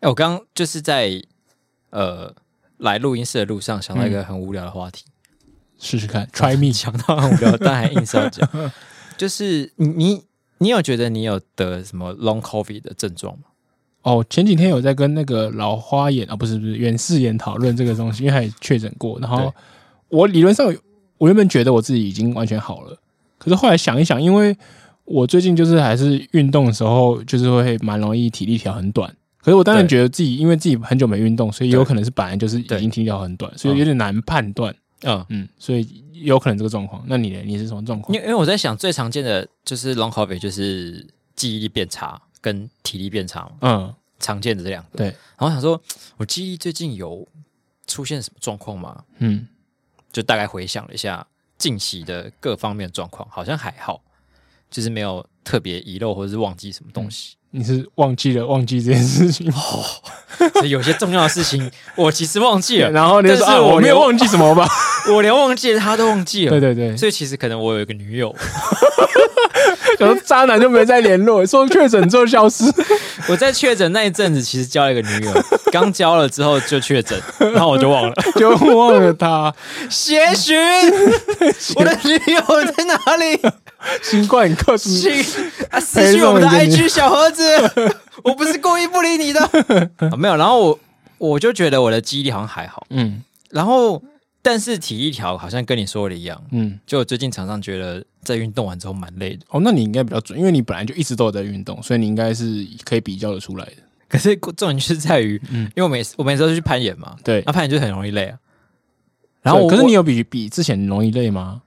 哎、我刚刚就是在呃来录音室的路上想到一个很无聊的话题， 试试看，try me。讲到很无聊，但还硬是要讲。就是你你你有觉得你有得什么 long covid 的症状吗？哦，前几天有在跟那个老花眼啊，不是不是远视眼讨论这个东西，因为他也确诊过。然后对我理论上有，我原本觉得我自己已经完全好了，可是后来想一想，因为我最近就是还是运动的时候，就是会蛮容易体力条很短。可是我当然对觉得自己，因为自己很久没运动，所以对有可能是本来就是已对经体力条很短，所以有点难判断。嗯，嗯，所以有可能这个状况。那你呢？你是什么状况因？为因为我在想最常见的就是 long covid 就是记忆力变差跟体力变差嘛，嗯，常见的这两个。对，然后想说，我记忆最近有出现什么状况吗？嗯，就大概回想了一下近期的各方面状况，好像还好，就是没有特别遗漏或者是忘记什么东西。你是忘记了忘记这件事 情，所以有些重要的事情 我其实忘记了，嗯然后你就说但是啊，我我没没有有忘记什么吧？我连忘记了他都忘记了。 对对 对，所以其实可能我有一个女友， 然后渣男就没再联络，说确诊之后消失。我在确诊那一阵子，其实交了一个 女友，刚交了之后就确诊，然后我就忘了。就忘了他，协寻，我的女友在哪 里？新冠克斯，请啊，私讯我们的 IG 小盒 子，我不是故意不理你的。啊没有，然后我我就觉得我的记忆力好像还好，嗯然后但是体力条好像跟你说的一样，嗯，就我最近常常觉得在运动完之后蛮累的， 哦，那你应该比较准，因为你本来就一直都有在运动，所以你应该是可以比较的出来的。可是重点就是在于，因为我每次我每次都去攀岩嘛，嗯对那、，攀岩就很容易累啊。然后我对可是你我有比比之前容易累吗？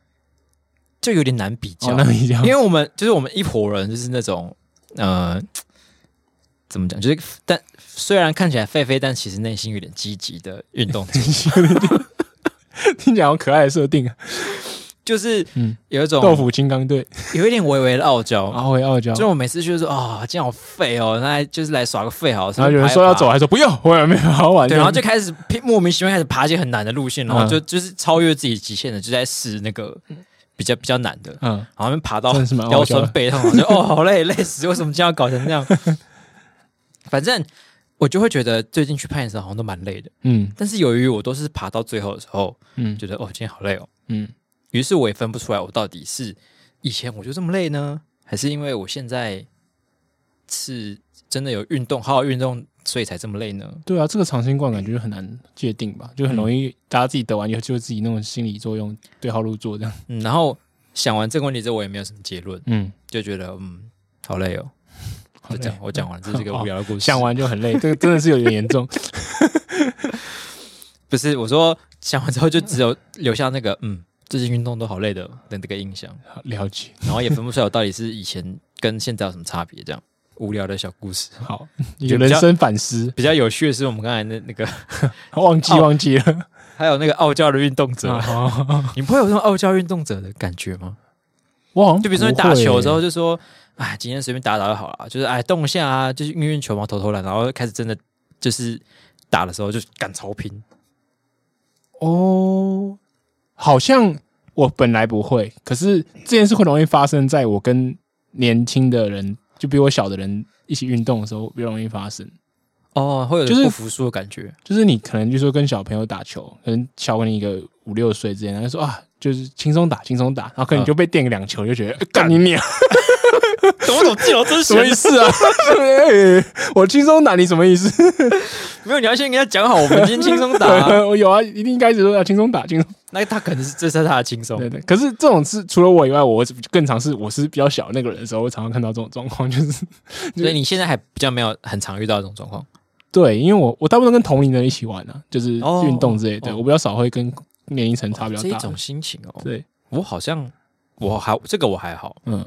就有点难比较，哦，那你这样 因，为我们就是我们一伙人，就是那种呃，怎么讲，就是但虽然看起来废废，但其实内心有点积极的运动者，嗯听起来好可爱的设定啊，就是嗯有一种、豆腐哦金刚 队，有一点微微的傲 娇。阿辉傲娇，哦就我每次就是说啊、今天好废哦，那来就是来耍个废好了。然后有人说要走，还说不用，我也没有好玩。对，然后就开始拼莫名其妙开始爬一些很难的路线，嗯然后就、就是超越自己极限的，就在试那个比较比较难的，嗯，然后爬到真的是蛮傲腰娇的酸背痛，我就 哦好累，累死！为什么今天要搞成这 样？反正我就会觉得最近去攀岩的时候好像都蛮累的，嗯但是由于我都是爬到最后的时候，嗯觉得哦今天好累哦，嗯，于是我也分不出来我到底是以前我就这么累呢，还是因为我现在是真的有运动，好好运动，所以才这么累呢？对啊，这个长新冠感觉就很难界定吧，就很容嗯易大家自己得完以后就自己那种心理作用对号入座这样。嗯，然后想完这个问题之后，我也没有什么结论，嗯， 就觉得嗯好累哦，就这样好我讲完这是一个无聊的故事，想完就很 累，这个真的是有点严重。不是，我说想完之后就只有留下那个嗯，最近运动都好累的的这个印象，好了解，然后也分不出来我到底是以前跟现在有什么差别。这样无聊的小故事，好，比你较人生反思， 比较有趣的是我们刚才那那个，忘记哦忘 记了。还有那个傲娇的运动者，啊你不会有这种傲娇运动者的感觉吗？我好像就比如说你不会打球的时候欸，就说，哎，今天随便打打就好了，就是哎动一下啊，就是运运球嘛，投投篮，然后开始真的就是打的时候就敢超拼，哦，好像我本来不会，可是这件事会容易发生在我跟年轻的人，就比我小的人一起运动的时候，比较容易发生。哦，会有就是点不服输的感 觉，就是你可能就说跟小朋友打球，可能小过你一个五六岁之类的，他就说啊，就是轻松打，轻松打，然后可能你就被电个两球，就觉得呃干你娘，懂不懂？自由真 什么意思啊？哎我轻松打你什么意思？ 没有，你要先跟他讲好，我们今天轻松打、啊。 我有啊，一定一开始说要轻松打，轻松。那他可能是这是他的轻松对，对。可是这种是除了我以外，我更常是我是比较小那个人的时候，我常常看到这种状况，就是所以你现在还比较没有很常遇到这种状况。 对，因为我我大部分跟同龄人一起玩啊，就是哦运动之类的，哦我比较少会跟年龄层差比较这一大的种。心情哦，对，我好像我还这个我还好，嗯，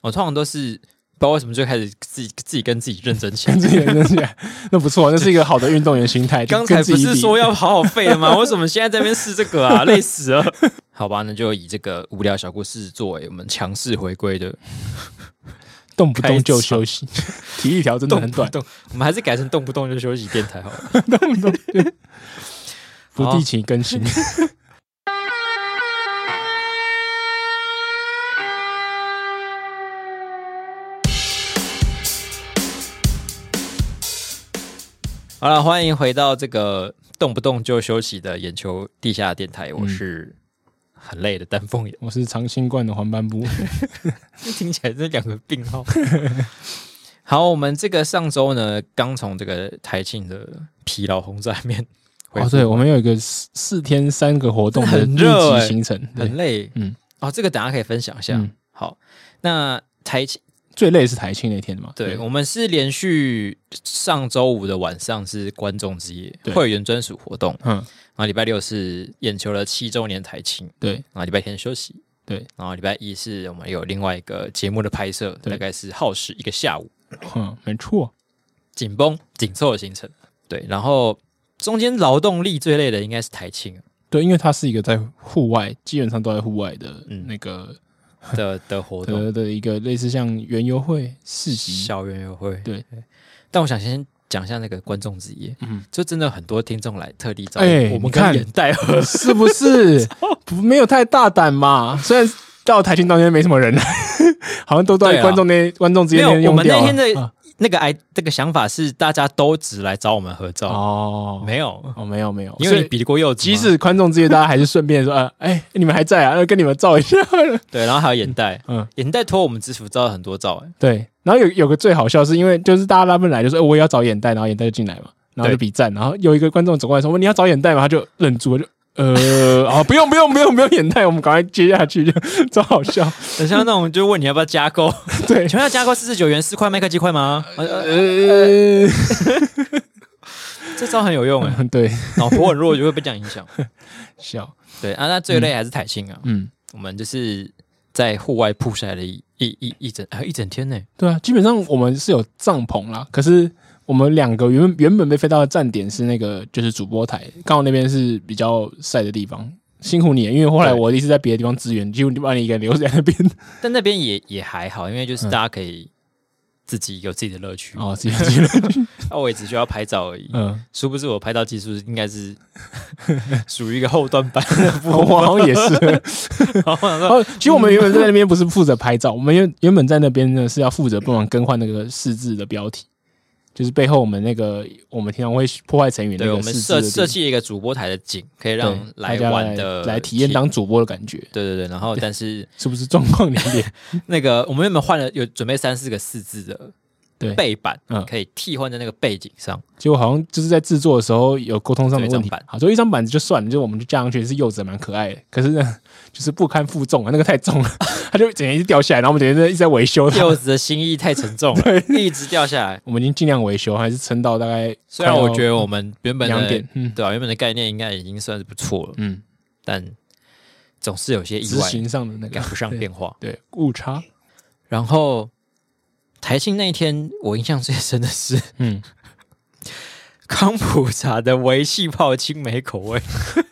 我通常都是不知道为什么就开始自己自己跟自己认真起来跟。自己人 真起来，那不错，那是一个好的运动员心态。就刚才跟自不己是比说 要好好废了吗？为什么现在在那边试这个啊？ 累死了！好吧，那就以这个无聊小故事作为我们强势回归的动不开动就场休息， 体力条真的动很不 短，动，我们还是改成动不动就休息电 台好了。 不好定期更新。哦好了，欢迎回到这个动不动就休息的眼球地下电台，我是很累的丹凤眼，我是长新冠的黄斑部， 听起来这两个病号。 好，我们这个上周呢，刚从这个台庆的疲劳轰炸面回哦，复对，我们有一个四四天三个活动的很热密欸集行程，对很累，嗯，哦，这个等下可以分享一下。嗯好，那台庆最累是台庆那天嘛，对我们是连续上周五的晚上是观众之夜对会员专属活动，嗯，然后礼拜六是眼球的七周年台庆，对然后礼拜天休息，对，然后礼拜一是我们有另外一个节目的拍摄，对大概是耗时一个下午，嗯，没错，紧绷紧凑的行程。对，然后中间劳动力最累的应该是台庆对，因为它是一个在户外，基本上都在户外的嗯那个的的活 动，的的一个类似像园游会市集，校园约会。对，但我想先讲一下那个观众之夜，嗯就真的很多听众来特地找哎我们你看跟眼 袋合是不 是？不没有太大胆嘛，虽然到台庆当天没什么人， 好像都对在啊观众那观众之间没有那用我们掉那了天的啊那个哎，这个想法是大家都只来找我们合照，哦，没有，哦没有没有，因所为以你比过柚子嘛，即使观众之间，大家还是顺便说，啊，哎，你们还在啊，那跟你们照一下。 对，然后还有眼袋，嗯，眼袋托我们制服照了很多照，哎，对。然后有有个最好笑，是因为就是大家拉不来，就说、哎我也要找眼袋，然后眼袋就进来嘛，然后就比赞，然后有一个观众走过来说，问你要找眼袋吗？他就愣住了，就呃， 啊，不用不用不用不用眼袋，我们赶快接下去，就 超好笑。很像那 种就问你要不要加购， 对，请问要加购四十九元四块麦克鸡块吗？呃呃呃，这招很有用哎，对，脑波很弱就会被这样影 响。笑，对啊，那最累还是台庆啊，嗯，我们就是在户外曝晒了一一一一整啊一整天呢，对啊，基本上我们是有帐篷啦，可是。我们两个原本原本被飞到的站点是那个，就是主播台，刚好那边是比较晒的地方，辛苦你了，因为后来对我一直在别的地方支援，几乎把你一个人留在那边。但那边也也还好，因为就是大家可以自己有自己的乐趣，嗯哦，自己去了，啊，我也只需要拍照而已。嗯，殊不知我拍照技术应该 是属于一个后段班的部我 好像也是。分。然后我想说哦，其实我们原本在那边不是负责拍照，我们原原本在那边呢是要负责帮忙更换那个四字的标题，就是背后我们那个我们平常会破坏成语那对，我个们四设字设的地计了一个主播台的景，可以方，让对大来家玩的来体验当主播的感觉， 对对对，然后但是是不是 状况连连？那个我们原本换了有准备三四个四字的对，背板，嗯可以替换在那个背景上。 结果好像就是在制作的时候有沟通上的问就一张题板。好，就一张板子就算了，就我们就架上去是柚子，蛮可爱的。可是呢，就是不堪负重啊，那个太重了， 它就整天一直掉下来，然后我们整天在一直在维修它。柚子的心意太沉重了，一直掉下来。我们已经尽量维修，还是撑到大概虽然我觉得得我们原本两的点，嗯对啊，原本的概念应该已经算是不错了，嗯，但总是有些意执外行上的那赶个不上变化。对误差，然后台庆那一天，我印象最深的是 嗯，康普茶的微气泡青梅口味，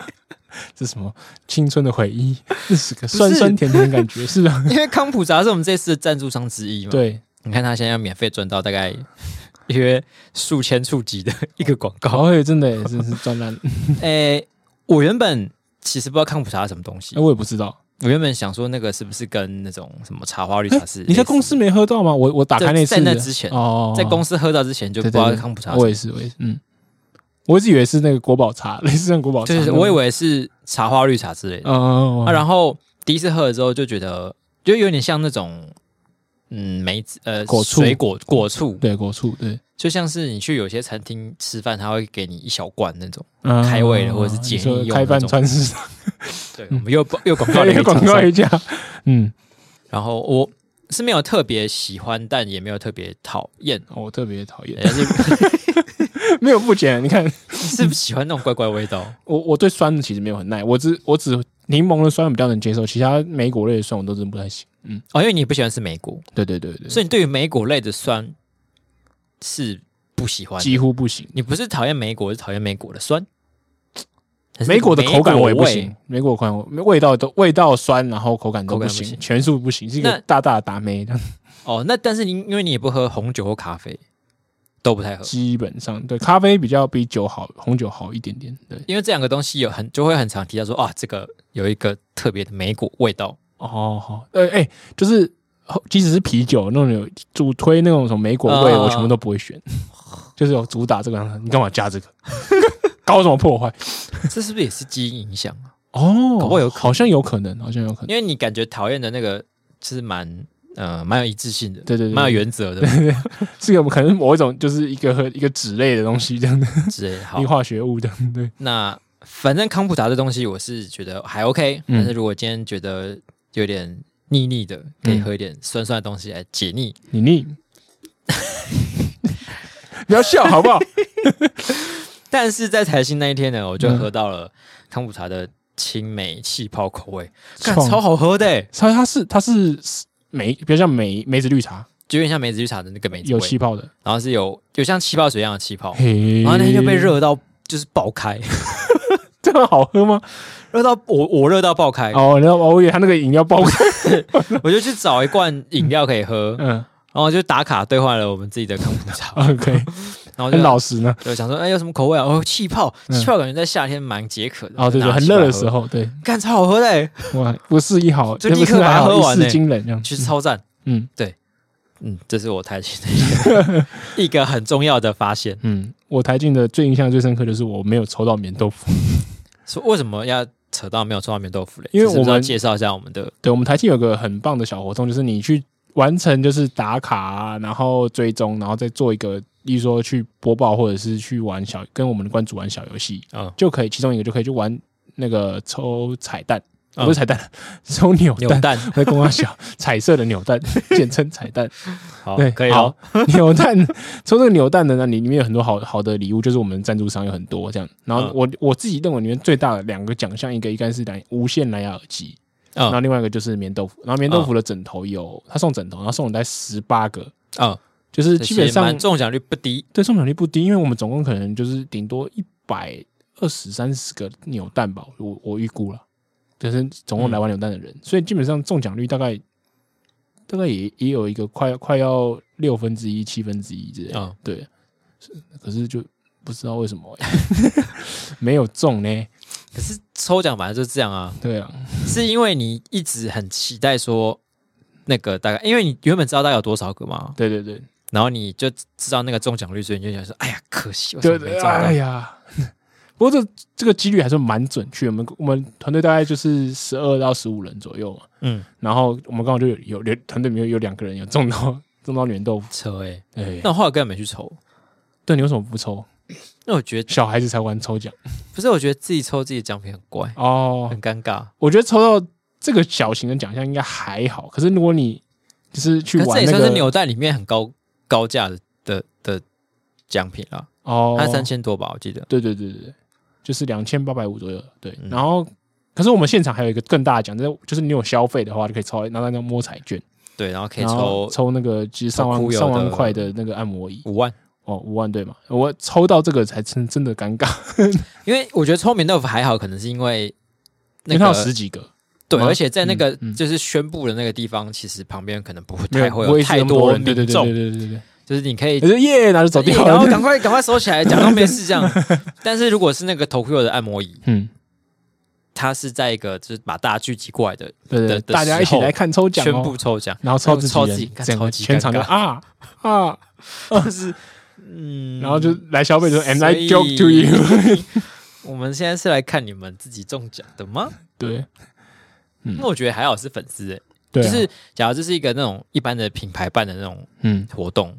这是什么青春的回忆， 那是个是酸酸甜甜的感觉，是 吧？因为康普茶是我们这次的赞助商之一嘛。，对，你看他现在免费赚到大概 约数千触及的一个广告。搞会真的真是专 栏， 诶、我原本其实不知道康普茶是什么东西哎，，我也不知道，我原本想说那个是不是跟那种什么茶花绿茶是类似的、你在公司没喝到吗？我我打开那次在在那之前哦，在公司喝到之前就不知道对对对康普茶是什我么，也是，我也是，嗯，我一直以为是那个国宝茶，类似像国宝茶那就种，是我以为是茶花绿茶之类的。哦，啊，然后第一次喝了之后就觉得，就有点像那种，嗯，梅子呃果醋水果果醋，对果醋，对，就像是你去有些餐厅吃饭，他会给你一小罐那种。嗯开胃的或者是解你腻说用的开饭那种 川市场，对，我们又又广 告了一个对嗯广厂告商一下，嗯，然后我是没有特别喜欢，但也没有特别讨 厌，哦我特别讨厌，但是没有不减，你看。是喜欢那种怪怪的味道。我我对酸的其实没有很耐，我只我只柠檬的酸比较能接受，其他莓果类的酸我都真的不太行。嗯，哦，因为你不喜欢吃莓果，对对对对，所以你对于莓果类的酸是不喜欢的。几乎不行。你不是讨厌莓果，是讨厌莓果的酸。还是莓果的口感我也不莓果行，莓果口感我味道都味道酸，然后口感都口不感不行行，全素不行，是一个那大大的达妹，味。哦，那但是你因为你也不喝红酒或咖啡，都不太喝，基本上嗯对咖啡比较比酒好，红酒好一点点。对，因为这两个东西有很就会很常提到说啊，这个有一个特别的莓果味道。 哦好，呃哎、就是。即使是啤酒那种有主推那种什么莓果味，啊我全部都不会选。 就是有主打这个，你干嘛加这个？ 搞什么破坏？这是不是也是基因影响啊？哦，搞不好有可能好像有可能，好像有可能。因为你感觉讨厌的那个是蛮呃蛮有一致性的，对对对对蛮有原则的 是有可能某一种就是一个一个脂类的东西这样的，之类的。好一，化学物这样对。那反正康普达这东西我是觉得还 OK，、嗯但是如果今天觉得有点腻腻的，可以嗯喝一点酸酸的东西来解腻。你腻， 不要笑好不 好？但是在台新那一天呢，我就嗯喝到了康普茶的青梅气泡口味，干爽超好喝的欸，它它是它是梅，比较像梅梅子绿茶，就有点像梅子绿茶的那个梅子有气味，泡的。然后是有有像气泡水一样的气泡，嘿，哦然后那天就被，热到就是爆开， 这样好喝吗？热到我我热到爆开，哦，然后我以为它那个饮料爆 开。我就去找一罐饮料可以喝，嗯然后就打卡兑换了我们自己的康普 茶， ，OK，然哦后就很老实呢。对，想说，哎，有什么口味啊？哦，气泡，嗯气泡感觉在夏天蛮解渴的。哦，对就对，拿很气泡热的喝时，候，对，干超好喝的欸，哇，不是 一毫，就 不立是刻把还它好喝一完次欸惊人这样。其实超赞。嗯嗯，这是我台新的 一个一个很重要的发现。嗯，我台进的最印象最深刻就是我没有抽到棉豆腐。说为什么要扯到没有抽到棉豆腐嘞？因为这是不是我们要介绍一下我们 的对我们台庆有个很棒的小活动，就是你去完成就是打卡啊、然后追踪，然后再做一个，例如说去播报或者是去玩小跟我们的关主玩小游戏，嗯就可以其中一个就可以去玩那个抽彩蛋，嗯不是彩蛋， 抽扭扭 蛋。蛋。在公安小彩色的扭蛋， 简称彩蛋。好，对，可以好 了。。扭蛋抽这个扭蛋的呢，里里面有很多好好的礼物，就是我们赞助商有很多这样。然后嗯我、我自己认为里面最大的两个奖项，一个应该是蓝无线蓝牙耳机，然后嗯另外一个就是棉豆腐，然后棉豆腐的枕头有，他送枕头，然后送了大概十八个，嗯，就是这基其本实上蛮中奖率不低。对中奖率不低，因为我们总共可能就是顶多一百二十三十个扭蛋吧，我我预估了，就是总嗯共来玩扭蛋的人，所以基本上中奖率大概大概也也有一个快快要六分之一七分之一之类的，嗯，对，是可是就不知道为什么、 没有中呢，可是抽奖本来就这样啊，对啊，是因为你一直很期待说那个大概，因为你原本知道大概有多少个嘛，对对对然后你就知道那个中奖率，所以你就想说，哎呀，可惜，为什对么没对，中到哎？呀。不过这这个几率还是蛮准确，我们我们团队大概就是十二到十五人左右嘛，嗯，然后我们刚好就有有有团队里面有两个人有中到 中到棉豆腐，抽哎，对那，我后来根本没去抽，对你为什么不抽？那我觉得小孩子才玩抽奖不是，我觉得自己抽自己的奖品很怪，哦很，尴尬。我觉得抽到这个小型的奖项应该还好，可是如果你就是去可是这玩也那算是个扭蛋里面很高高价的的的奖品啦，哦，它三，千多吧，我记得。对对对对，对就是两千八百五左右，对，嗯然后。可是我们现场还有一个更大的奖，就是就是你有消费的话，就可以抽拿到那张摸彩券，对，然后可以然后抽抽那个其实上抽万酷友上万的块的那个按摩椅五万，哦，五万对嘛？我抽到这个才真真的尴尬，因为我觉得抽棉豆腐还好，可能是因为因那为它有个十几个，对，吗而且在那个嗯嗯就是宣布的那个地方，其实旁边可能不会没有太会不有一直太那么多人，对对民对对众，对对对就是你可以哎对，我。就耶，然后就走掉然 后了。赶快赶快收起来，假装没事这 样。但是如果是那个 Tokyo 的按摩椅，嗯，它是在一个就是把大家聚集过来的，对对，的大家一起来看抽奖宣布哦，抽奖，然后抽自己抽人自己干整超个级全场就尴尬啊啊，就是嗯，然后就来消费者，and I 所以 joke to you， 我们现在是来看你们自己中奖的吗？对嗯那我觉得还好是粉丝、欸，对啊，就是假如这是一个那种一般的品牌办的那种嗯，活动，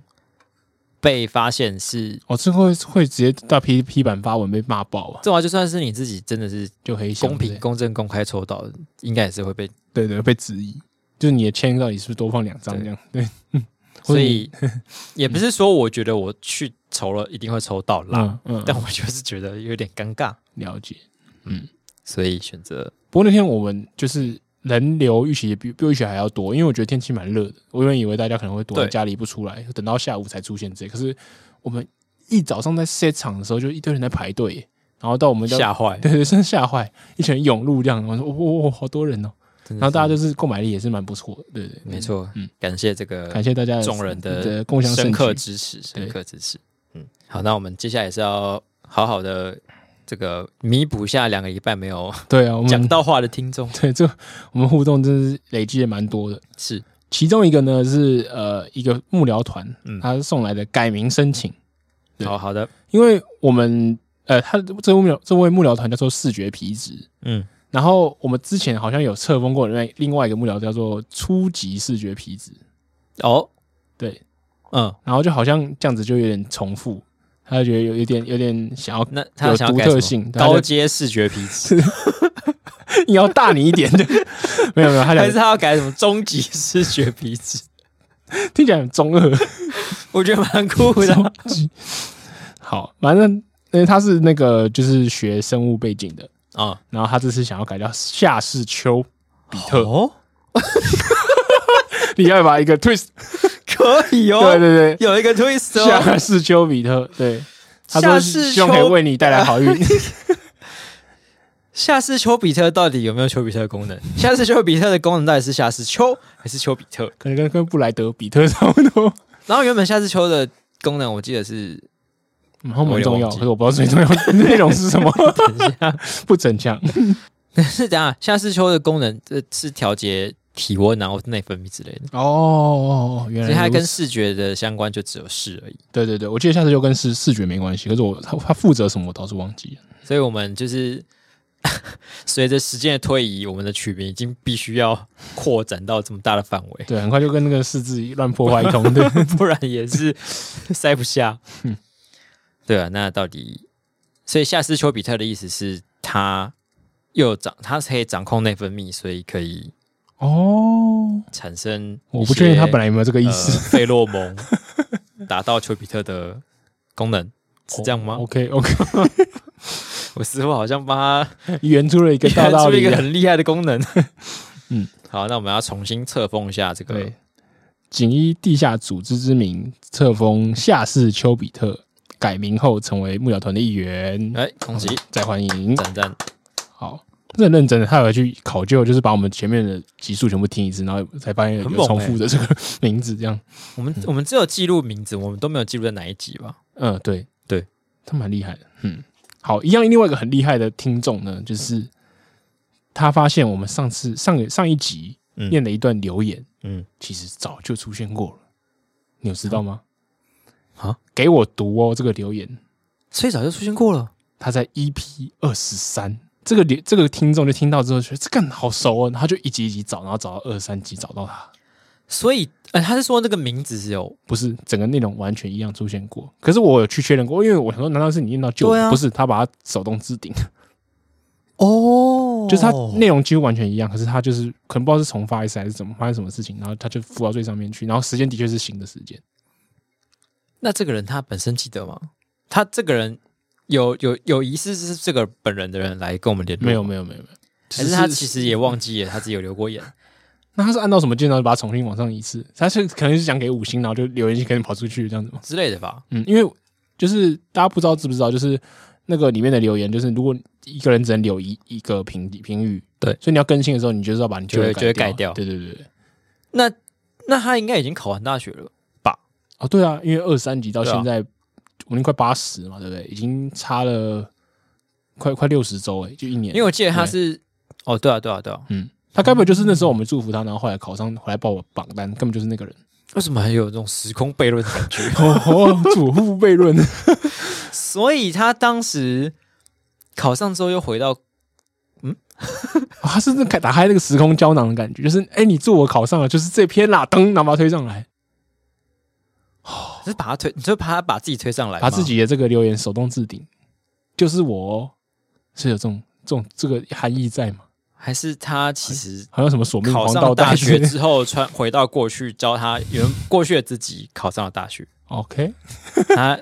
被发现是哦，这会会直接到 P P 版发文被骂爆啊，这玩意就算是你自己真的是就黑箱公之平、类公正、公开抽到的，应该也是会被。对对被质疑，就是你的签到底是不是多放两张这样？对，或所者你以也不是说我觉得我去抽了一定会抽到啦，嗯嗯，但我就是觉得有点尴尬，了解。所以选择不过那天我们就是人流预期也比比我预期还要多，因为我觉得天气蛮热的，我原本以为大家可能会躲在对家里不出来，等到下午才出现这，可是我们一早上在 set 场的时候就一堆人在排队耶，然后到我们家，吓坏，对对，真的吓坏，一群人涌入这样，我说哇、哦好多人哦，然然后大家就是购买力也是蛮不错的，对对，嗯没错，嗯感谢这个感谢大家的众人的的共享深刻盛举，支持，深对刻支持。嗯，好，那我们接下来是要好好的这个弥补一下两个礼拜没有对啊，我讲们到话的听众， 对这我们互动真是累积也蛮多的，是其中一个呢是呃一个幕僚团，嗯他送来的改名申请，对好好的，因为我们呃，他这位幕僚这位幕僚团叫做视觉皮质，嗯，然后我们之前好像有册封过另外另外一个幕僚叫做初级视觉皮质，哦，对，嗯，然后就好像这样子就有点重复，他就觉得有有点有点想要那他有想要独改什特么性他高就阶视觉皮 质，你要大你一点，对 没有没有，他还是讲他要改什么终极视觉皮 质？听起来很中二，我觉得蛮酷的。好，反正因为他是那个就是学生物背景的，啊，然后他这次想要改叫夏世秋 比特，哦，你要把一个 twist，可以哦，对对对，有一个 twist 哦，夏世秋比特，对，他夏说世希望可以丘为你带 来好运，夏斯丘比特到底有没有丘比特的功 能？夏斯丘比特的功能到底是夏斯丘还是丘比特？可能跟跟布莱德比特差不多，然后原本夏斯丘的功能我记得是， 然嗯后蛮我也重要，忘记可是我不知道最重要的 内容是什么， 等一下，不整强，是等一下夏斯丘的功能呃是调节体温然后内分泌之类的，哦，原所以它来如跟此视觉的相关就只有视而已。对对对，我记得夏世秋跟视视觉没关系，可是我他他负责什么我倒是忘记了，所以我们就是 随着时间的推移，我们的曲名已经必须要扩展到这么大的范 围，对，很快就跟那个四字乱破坏一 通，对，不然也是塞不下。嗯对啊，那到底，所以夏斯丘比特的意思是他又掌，他可以掌控内分泌，所以可以哦，产生我不确定他本来来有没有这个意思。呃、费洛蒙， 达到丘比特的功能。是这样吗？哦 OK OK，我似乎好像帮他圆出了一个大道出一理个啊。很厉害的功能。 嗯，好，那我们要重新册封一下这个对，仅依地下组织之名册封夏氏丘比特，改名后成为幕僚团的一员。哎，恭喜，再欢迎。赞赞，好，这很认真的，他有去考究，就是把我们前面的集数全部听一次，然后才发现有很猛欸重复的这个名字，这样。我们我们只有记录名字，我们都没有记录在哪一集吧？嗯，对对，他蛮厉害的。嗯，好，一样。另外一个很厉害的听众呢，就是他发现我们上次上个上一集嗯念了一段留言，嗯，其实早就出现过了，你有知道吗？啊，给我读哦，这个留言，最早就出现过了，他在 EP 二十三，这个留这个听众就听到之后觉得这个人好熟哦，然后就一集一集找，然后找到二十三集找到他，所以呃，他是说那个名字是有不是整个内容完全一样出现过，可是我有去确认过，因为我想说，难道是你念到旧对的？啊不是，他把它手动置顶，哦就是它内容几乎完全一样，可是它就是可能不知道是重发一次还是怎么发生什么事情，然后它就浮到最上面去，然后时间的确是新的时间，那这个人他本身记得吗？他这个人有有有疑似是这个本人的人来跟我们联络，没有，没有没有没有，还是他其实也忘记了他自己有留 过言，那他是按照什么键，然后把它重新往上移次？他是可能是想给五星，然后就留言就可能跑出去这样子吗？之类的吧？嗯，因为就是大家不知道知不知道，就是那个里面的留言，就是如果一个人只能留一一个评评语，对所以你要更新的时候，你就是要把你旧的就会改就会改掉对对对对。那那他应该已经考完大学了，哦，对啊，因为二三级到对啊现在，我们快八十嘛，对不对？已经差了快快六十周哎，就一年。因为我记得他是哦，对啊，对啊，对啊，嗯，他该不会就是那时候我们祝福他，然后后来考上回来报我榜单，根本就是那个人。为什么还有这种时空悖论的感觉？哦， 祖父悖论。 所以他当时考上之后又回到啊，他是那开打开那个时空胶囊的感觉，就是哎、诶你自我考上了，就是这篇啦，噔，然后把它推上来，是把他推，你就把他把自己推上来吗，把自己的这个留言手动置顶，就是我、哦，是有这种这种这个含义在吗？还是他其实好像什么索命考黄上道大之类学的之后穿回到过去教他原过去的自己考上了大学， ，OK，他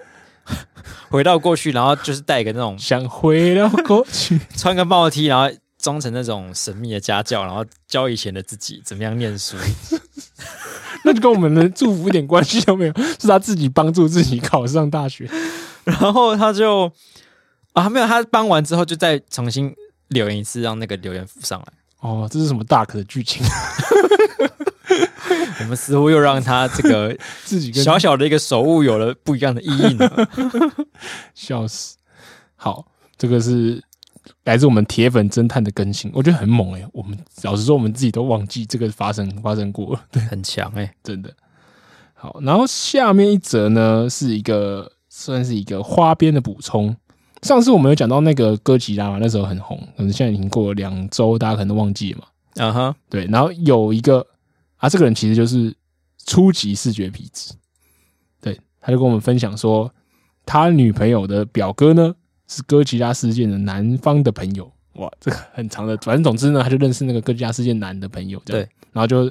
回到过去，然后就是带一个那 种想回到过去， 穿个帽 T，然后装成那种神秘的家教，然后教以前的自己怎么样念书， 那就跟我们的祝福一点关系都没有，是他自己帮助自己考上大学，然后他就啊没有，他搬完之后就再重新留言一次，让那个留言浮上来。哦，这是什么大可的剧情？ 我们似乎又让他这个自己跟小小的一个手误有了不一样的意义 呢。笑死。好，这个是来自我们铁粉侦探的更新，我觉得很猛哎、我们老实说，我们自己都忘记这个发生发生过了， 很强哎、真的。好，然后下面一则呢是一个算是一个花边的补充。上次我们有讲到那个哥吉拉嘛，那时候很红，可能现在已经过了两周，大家可能都忘记了嘛。嗯哼，对，然后有一个啊，这个人其实就是初级视觉皮质，对，他就跟我们分享说，他女朋友的表哥呢是哥吉拉事件的南方的朋友，哇，这个很长的，反正总之呢，他就认识那个哥吉拉事件男的朋友，对，然后就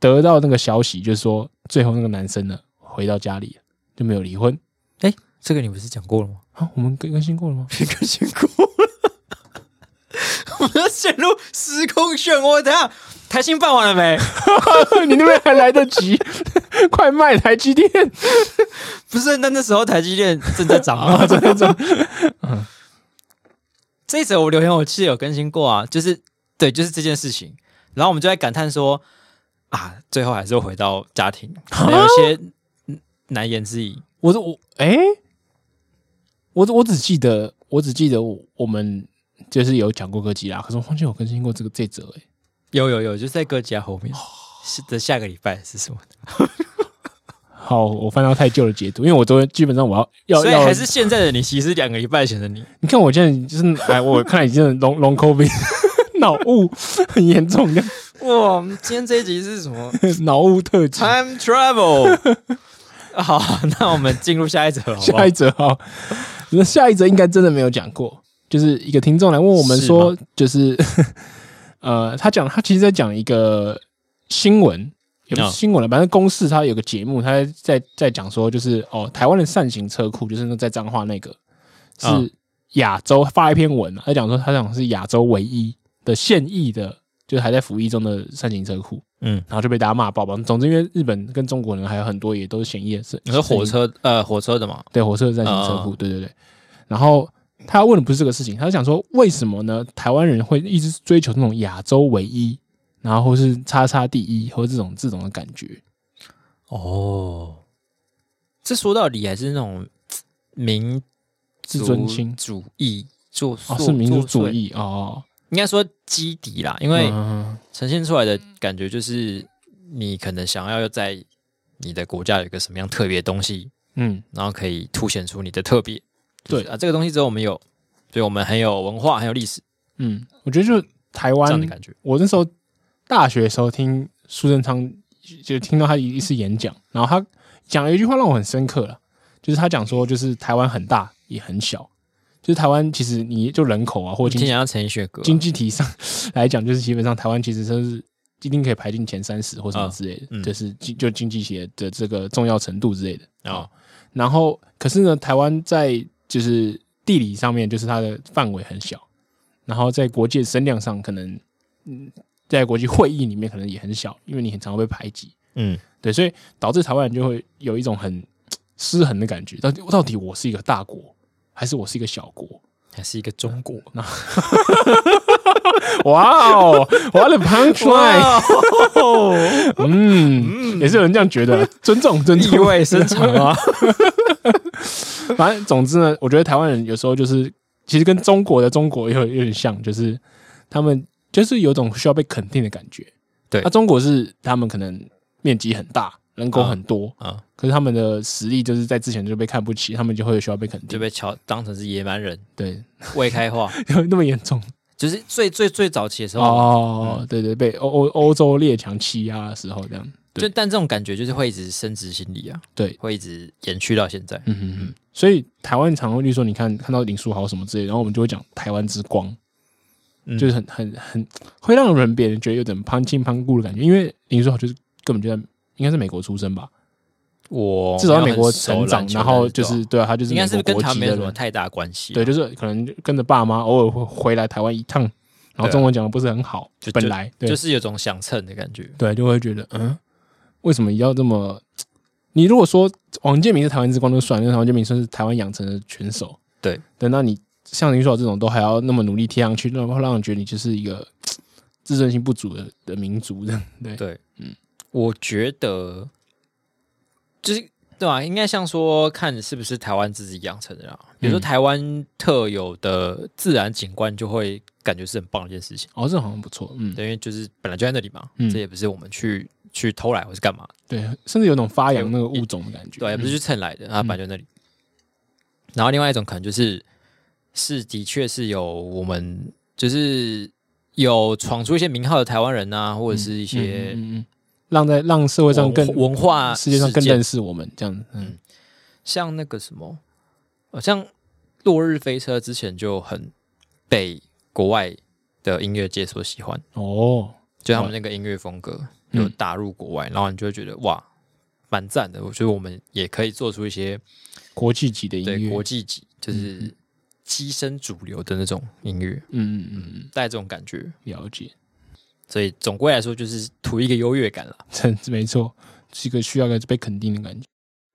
得到那个消息，就是说最后那个男生呢回到家里了就没有离婚哎、这个你不是讲过了吗？啊，我们更更新过了吗？别更新过了，我们要陷入时空漩涡。等一下台新办完了没？ 你那边还来得及， 快卖台积电。不是，那那时候台积电正在涨 啊，正在涨。这一则我留言我记得有更新过啊，就是对，就是这件事情。然后我们就在感叹说啊，最后还是回到家庭，有一些嗯难言之隐。我是我哎、我我只记得我只记得我我们就是有讲过哥吉拉，可是我忘记有更新过这个这则哎、有有有，就是在哥吉拉后面哦是的下个礼拜是什么？好，我翻到太旧的截图，因为我昨天基本上我要要所以要，还是现在的你，其实是两个礼拜前的 你。你看我现在就是哎，我看已经龙龙 COVID 脑雾很严重的哇，今天这一集是什 么脑雾特辑。 ？Time travel。好， 那我们进入下一则好不好 下一？则哈，那下一则应该真的没有讲过，就是一个听众来问我们说，就是 呃，他讲他其实在讲一个新闻，也不是嗯新闻了，反正公视他有个节目，他在在讲说，就是哦，台湾的扇形车库，就是那在彰化那个嗯是亚洲发一篇文啊，他讲说他讲是亚洲唯一的现役的，就是还在服役中的扇形车库。嗯，然后就被大家骂爆爆。总之，因为日本跟中国人还有很多也都是嫌疑的是，你说火车呃火车的嘛？对，火车站型车哦库，对对对。然后他问的不是这个事情，他是想说为什么呢？台湾人会一直追求那种亚洲唯一，然后或是叉叉第一，或者这种这种的感觉。哦，这说到底还是那种嘖民自族尊心主义做哦，做是民族主，做祟义哦，应该说基底啦，因嗯为嗯呈现出来的感觉就是你可能想要在你的国家有一个什么样特别的东西，嗯然后可以凸显出你的特别。对就是啊，这个东西只有我们有，所以我们很有文化，很有历史嗯，我觉得就台这湾样的感觉。我那时候大学的时候听苏贞昌，就听到他一次演讲，然后他讲了一句话让我很深刻了，就是他讲说，就是台湾很大也很小，就是台湾其实你就人口啊或经听济起来像陈奕迅的歌啊，经济体上来讲，就是基本上台湾其实真是一定可以排进前三十或什么之类的，嗯嗯就是经就经济学的这个重要程度之类的。哦，然后，可是呢，台湾在就是地理上面，就是它的范围很小，然后在国际的声量上，可能嗯，在国际会议里面可能也很小，因为你很常会被排挤，嗯，对，所以导致台湾人就会有一种很失衡的感觉，到底到底我是一个大国，还是我是一个小国？还是一个中国。 哇哦，我的 punchline， 哇哦，嗯，也是有人这样觉得，尊重尊意重。味深长啊！ 反正总之呢，我觉得台湾人有时候就是，其实跟中国的中国有有点像，就是他们就是有种需要被肯定的感觉。对那、中国是他们可能面积很大，人口很多，啊，可是他们的实力就是在之前就被看不起，他们就会需要被肯就定。被乔当成是野蛮人，对， 未开化，有那么严重就是最最最早期的时候，哦？对对，被欧欧欧洲列强欺压的时候，这样就对但这种感觉就是会一直升值心理啊，对。会一直延续到现在。嗯哼哼，所以台湾常会就说，你看看到林书豪什么之类，然后我们就会讲台湾之光，嗯就是很很很会让人别人觉得有点攀亲攀故的感觉，因为林书豪就是根本就在应该是美国出生吧，我至少在美没国有成很熟长篮，球然后但就知道是对啊，他就是应该是美跟国国他籍没有的什么人，太大关系啊，对，就是可能跟着爸妈偶尔会回来台湾一趟，然后中文讲的不是很好，啊就本来对就是有种想蹭的感觉。对，就会觉得嗯，为什么要这么？你如果说王建民是台湾之光就算了，因为王建民算是台湾养成的拳手，对对，那你像林书豪这种都还要那么努力贴上去，那会让人觉得你就是一个自尊心不足的的民族的，对，对，嗯，我觉得就是对啊吧、应该像说看是不是台湾自己养成的啦，比如说嗯台湾特有的自然景观，就会感觉是很棒的一件事情。哦，这好像不错，嗯，对，因为就是本来就在那里嘛，嗯这也不是我们去去偷来或是干嘛，对，甚至有种发扬那个物种的感觉，对，也不是嗯去蹭来的，它本来就在那里。然后另外一种可能就是是的确是有我们就是有闯出一些名号的台湾人啊，或者是一些嗯嗯嗯嗯让在让社会上更文文化世界上更事件认识我们这样。嗯，像那个什么，呃，像《落日飞车》之前就很被国外的音乐界所喜欢，哦，就他们那个音乐风格嗯有打入国外，然后你就会觉得哇，蛮赞的。我觉得我们也可以做出一些国际级的音对乐，国际级，就是跻身主流的那种音乐，嗯嗯嗯嗯，带这种感觉。了解， 所以总归来说，就是图一个优越感啦。真没错，是一个需要一个被肯定的感觉。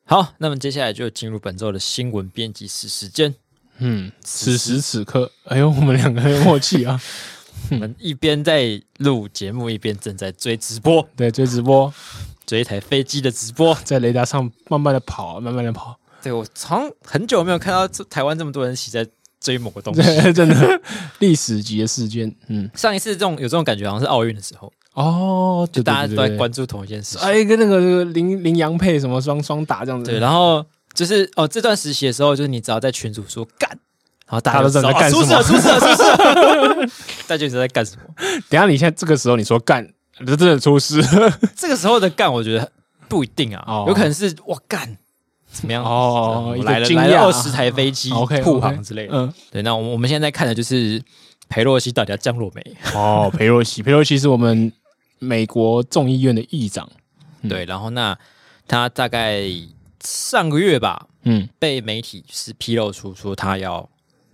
好，那么接下来就进入本周的新闻编辑室时间。嗯，此时此刻，哎呦，我们两个很有默契 啊！我们一边在录节目，一边正在追直播，对，追直播，追一台飞机的直播。在雷达上慢慢的跑，啊慢慢的跑，对我好像很久没有看到这台湾这么多人一起在追某个东 西。对， 真的历史级的事件。嗯，上一次这种有这种感觉，好像是奥运的时候，哦，就对大家都在。对对对关注同一件事情。哎，跟那个那个羚羚羊配什么双双打这样子，对，然后就是哦，这段实习的时候，就是你只要在群主说干，然后大大家家就知都道在干哦出什事么了，出事了，出事了，啊 大家就知道在干什么。等一下你现在这个时候你说干，这真的出事这个时候的干，我觉得不一定啊，哦有可能是哇干怎么样哦 我一个来了惊来了讶哦二十台飞机，OK，护航之类的。嗯，对，那我们我们现在看的就是裴洛西到底要降落没？哦，裴洛西，裴洛西是我们美国众议院的议长，嗯对，然后那他大概上个月吧，嗯，被媒体是披露出说他要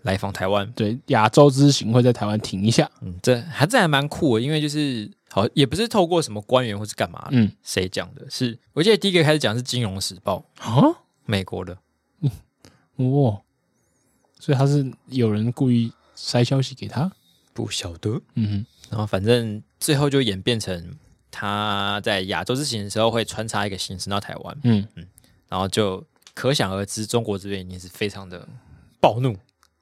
来访台湾，对，亚洲之行会在台湾停一下，嗯，这还这还蛮酷的，因为就是好也不是透过什么官员或是干嘛的，嗯，谁讲的？是我记得第一个开始讲是《金融时报》，啊，美国的，哦，所以他是有人故意塞消息给他，不晓得。嗯然后反正最后就演变成他在亚洲之行的时候会穿插一个行程到台湾，嗯，然后就可想而知，中国这边一定是非常的暴怒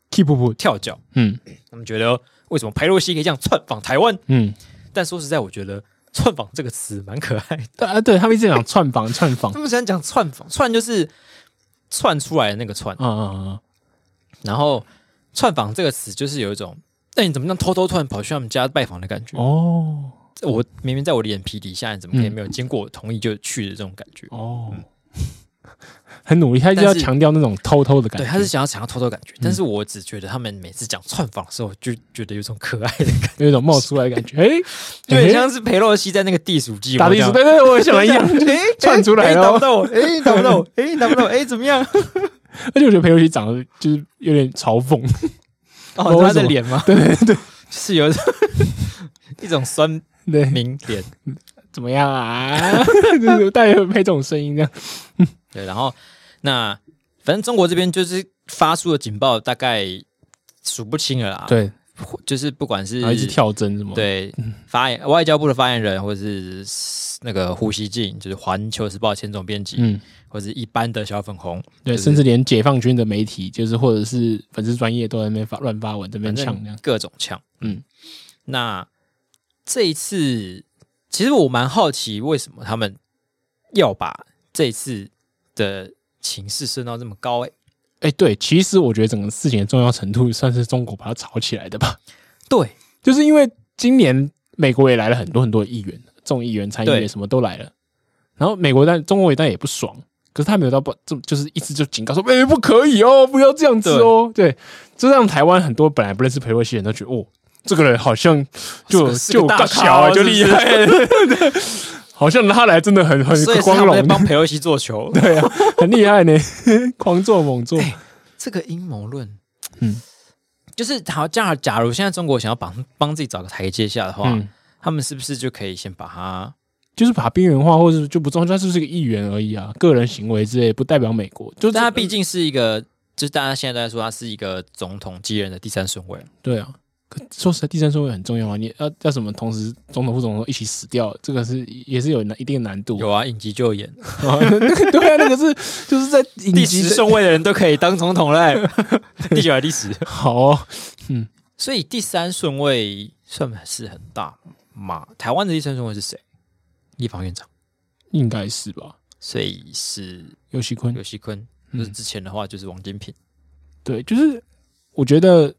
keep up，跳脚，嗯他们觉得为什么裴洛西可以这样窜访台湾？嗯，但说实在，我觉得“窜访”这个词蛮可爱的。对啊，对他们一直讲串访， 串访，啊他们喜欢讲“窜访”，窜就是窜出来的那个窜，啊啊啊，然后“窜访”这个词就是有一种，那你怎么样偷偷突然跑去他们家拜访的感觉？哦我明明在我的眼皮底下，你怎么可以没有经过我同意就去的这种感觉？哦，很努力，他一直要但是强调那种偷偷的感对，觉，嗯他是想要想要偷偷感觉，但是我只觉得他们每次讲窜访的时候，就觉得有一种可爱的 感觉，有一种冒出来的感 觉，哎，有点哎像是裴洛西在那个地鼠记打地鼠，对对，对我也想了一样，就是窜出来哎打不了。到我， 哎，打不到我，哎，打不到我，哎，怎么样？而且我觉得裴洛西长得就是有点嘲 讽，哦，不知道你说为他什的么脸吗？对对对是有 一种酸对，民脸。怎么样啊？ 就是大家有配这种声音这样，对，然后那反正中国这边就是发出的警报大概数不清了啦。，对，就是不管是然后一直跳嗯针什么，，对发言外交部的发言人，或者是那个胡锡进，就是《环球时报》前总编辑，嗯，或者是一般的小粉红，对，就是甚至连解放军的媒体，就是或者是粉丝专业都在那边发乱发文，这边反呛这正样，各种呛。嗯，那这一次，其实我蛮好奇，为什么他们要把这一次的情势升到这么高、欸？哎，对，其实我觉得整个事情的重要程度算是中国把它炒起来的吧，对，就是因为今年美国也来了很多很多议员，众议员、参议对员什么都来了，然后美国但中国也但也不爽，可是他没有到不这就是一直就警告说，哎、不可以哦，不要这样子哦，对，这让台湾很多本来不认识裴洛西的人都觉得，哦，这个人好像就个是就是个大咖大小啊，就是不厉是害， 对好像他来真的很很所以是他光们在帮荣，裴洛西做 球。对啊，很厉害呢， 狂做猛做，哎这个阴谋论，嗯，就是好，假如假如现在中国想要帮帮自己找个台阶下的话，嗯，他们是不是就可以先把它？就是把边缘化，或者是就不重要，他就是个议员而已啊，个人行为之类不代表美国，就但他它毕竟是一个，就是大家现在都在说它是一个总统继任的第三顺位，对啊，可说实在，第三顺位很重要啊。你要要什么同时总统副总统一起死掉，这个是也是有难一定的难度。有啊，影集就演啊那个 对啊，那个是就是在影第集十这顺位的人都可以当总统 了、第九还是第十？好哦，所以第三顺位算是很大嘛？台湾的第三顺位是谁？嗯立法院长，应该是吧？所以是尤熙坤嗯刘，锡坤。就是之前的话，就是王金平，对，就是我觉得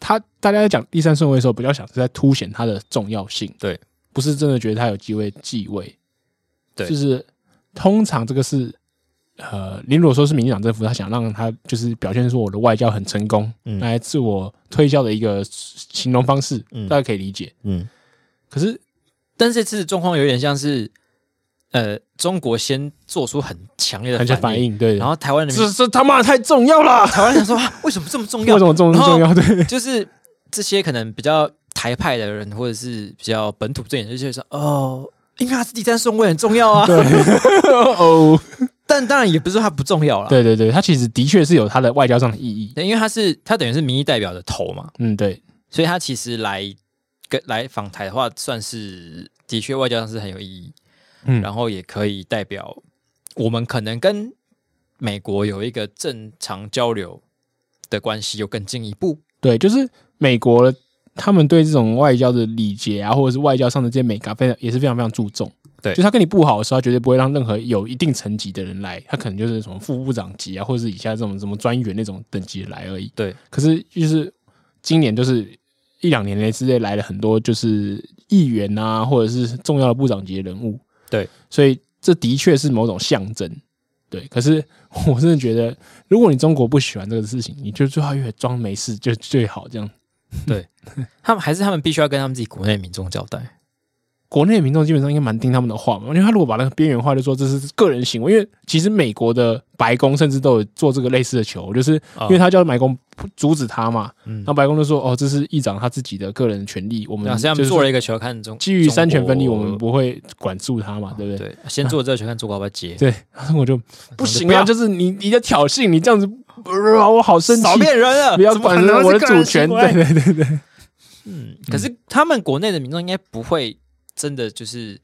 他大家在讲第三顺位的时候，比较想是在凸显他的重要性，对，不是真的觉得他有机会继位，对就是通常这个是呃，林果说是民进党政府，他想让他就是表现出我的外交很成功，嗯来自我推销的一个形容方式，嗯大家可以理解。嗯，可是但这次的状况有点像是，呃，中国先做出很强烈的很像反应，对，然后台湾人这这他妈的太重要了，台湾人想说、 啊、为什么这么重要哦为什？么这么重要？对，就是这些可能比较台派的人，或者是比较本土阵营，就觉得说哦，因为他是第三顺位很重要啊。哦，但当然也不是说他不重要啦，对对对，他其实的确是有他的外交上的意义。对，因为他是他等于是民意代表的头嘛，嗯，对，所以他其实来跟来访台的话，算是的确外交上是很有意义，嗯然后也可以代表我们可能跟美国有一个正常交流的关系，又更进一步。对，就是美国他们对这种外交的礼节啊，或者是外交上的这些美感，非常也是非常非常注重。对就他跟你不好的时候，他绝对不会让任何有一定层级的人来，他可能就是什么副部长级啊，或者是以下这种什么专员那种等级来而已。对，可是就是今年就是一两年内之内来了很多就是议员啊，或者是重要的部长级的人物。对，所以这的确是某种象征。对，可是我真的觉得，如果你中国不喜欢这个事情，你就最好越装没事就最好。这样，他们还是他们必须要跟他们自己国内民众交代。国内的民众基本上应该蛮听他们的话嘛，因为他如果把那个边缘化，就说这是个人行为。因为其实美国的白宫甚至都有做这个类似的球，就是因为他叫白宫阻止他嘛，啊嗯然后白宫就说哦，这是议长他自己的个人权利，我对啊，们所以他嗯就们是做了一个球看中，基于三权分立，中我国们不会管束他嘛，对不对？对，先做这个球看中国要不要接，对，然后我就不行啊不啊，要就是你你在挑衅，你这样子，呃我好生气少，骗人啊了，不要怎么管可能我的是个主人权，行为对对对对，嗯，可是他们国内的民众应该不会真的就是，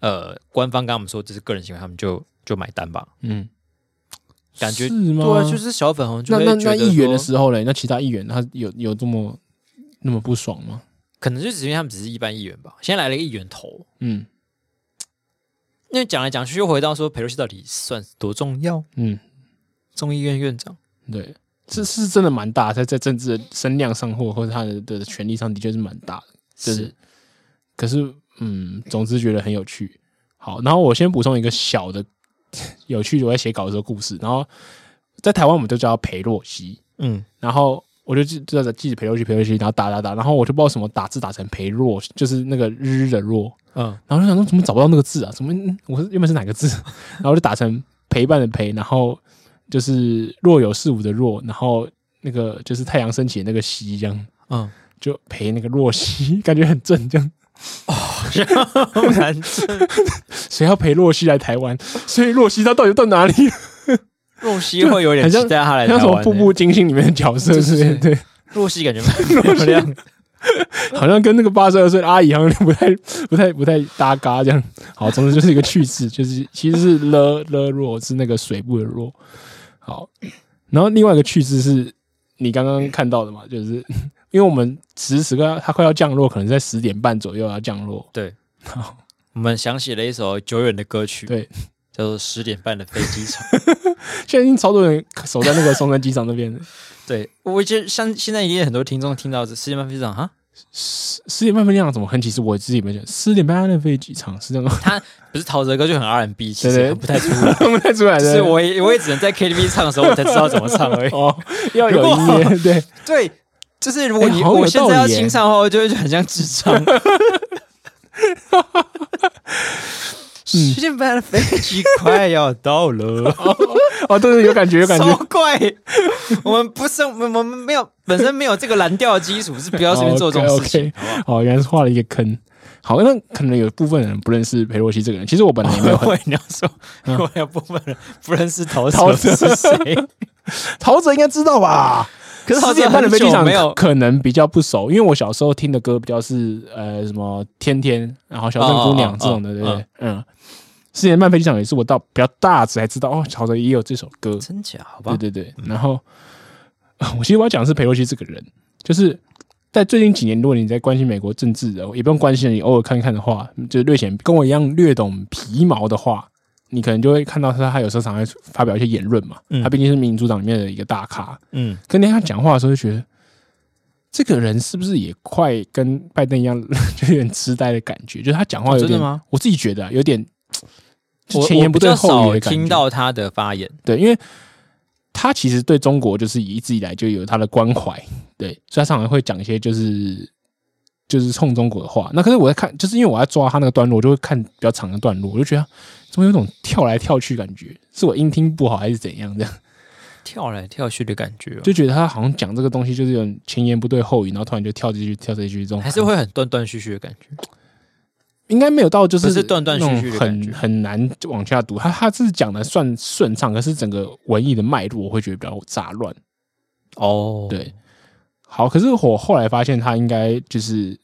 呃，官方跟他们说这是个人行为，他们就就买单吧？嗯，感觉是吗？对啊，就是小粉红就那会那觉那得议员的说时候嘞，那其他议员他有有这么那么不爽吗？可能就只是因为他们只是一般议员吧。先来了一个议员头，嗯因为讲来讲去又回到说佩洛西到底算多重要？嗯，众议院院长，对，这是真的蛮大，在在政治的声量上或或者他的的权力上的确是蛮大的。真的是可是，嗯，总之觉得很有趣。好，然后我先补充一个小的有趣的，我在写稿的时候故事。然后在台湾我们都叫裴洛西，嗯，然后我就记记得记得裴洛西裴洛西，然后打打打，然后我就不知道什么打字打成裴洛，就是那个日的若，嗯，然后就想说怎么找不到那个字啊？怎么嗯我是原本是哪个字？ 然后就打成陪伴的陪，然后就是若有似无的若，然后那个就是太阳升起的那个西这样。嗯，就陪那个若曦，感觉很正，这样好难这谁要陪若曦来台湾？所以若曦她到底到哪里？若曦会有点很像期待他来台像什么湾《呢步。步惊心》里面的角色之类的，对，若曦感觉 蛮漂亮的，好像跟那个八十二岁的阿姨好像不太、 不太、不太搭嘎这样。好，总之就是一个趣事，就是其实是了了若是那个水部的若。好，然后另外一个趣事是你刚刚看到的嘛，就是因为我们此时此刻它快要降落，可能在十点半左右要降落。对好。我们想起了一首久远的歌曲，对，叫做《十点半的飞机场》。现在已经超多人守在那个松山机场那边了。对，我觉得像现在也有很多听众听到这世界漫飞机场哈，十十点半飞机场怎么哼？其实我自己没觉得，十点半的飞机场是这样，不是陶喆歌就很 R&B，其实对对也不太出 来。 我们太出来所以的。。我也我也只能在 KTV 唱的时候，我才知道怎么唱而已哦，要有音乐，对， 对，就是如果你、哎好有我现在道要理耶清唱的话，我就会很像智 障。时间般的飞机快要到 了，哦，对对，有感觉，有感超觉。快！我们不是我们我们没有本身没有这个蓝调的基础，是不要随便做这种事情，好不好？哦，原来是画了一个坑。好，那可能有部分人不认识裴洛西这个人。其实我本来也没 有很会你要说，嗯我有部分人不认识陶陶喆喆是谁，陶喆应该知道吧？可是陶十喆点半的飞机很久场没有可能比较不熟，因为我小时候听的歌比较是呃什么天天，然后小镇姑娘哦哦哦这种的，哦对不对？嗯，十点半飞机场也是我到比较大才知道哦，陶喆也有这首歌。真假？好吧嗯对，对对，然后、 啊我其实我要讲的是裴洛西这个人，就是在最近几年，如果你在关心美国哦政治的，也不用关心，你偶尔看看的话，就略显跟我一样略懂皮毛的话，你可能就会看到他，他有时候常会发表一些言论嘛。嗯他毕竟是民主党里面的一个大咖，嗯，跟那他讲话的时候就觉得，这个人是不是也快跟拜登一样， 就有点痴呆的感觉？就是他讲话有点，哦真的吗我自己觉得、啊、有点就我前言我不比对较后语少的感觉。听到他的发言，对，因为他其实对中国就是一直以来就有他的关怀，对，所以他常常会讲一些就是就是冲中国的话。那可是我在看，就是因为我在抓他那个段落，我就会看比较长的段落，我就觉得怎么有种跳来跳去感觉，是我音听不好还是怎样？这样跳来跳去的感觉哦、就觉得他好像讲这个东西就是有点前言不对后语，然后突然就跳这句跳这句这种，还是会很断断续续的感觉。应该没有到就不是断断续续的那种感觉很很难往下读。他他是讲的算顺畅，可是整个文艺的脉络我会觉得比较杂乱。哦，对，好，可是我后来发现他应该就是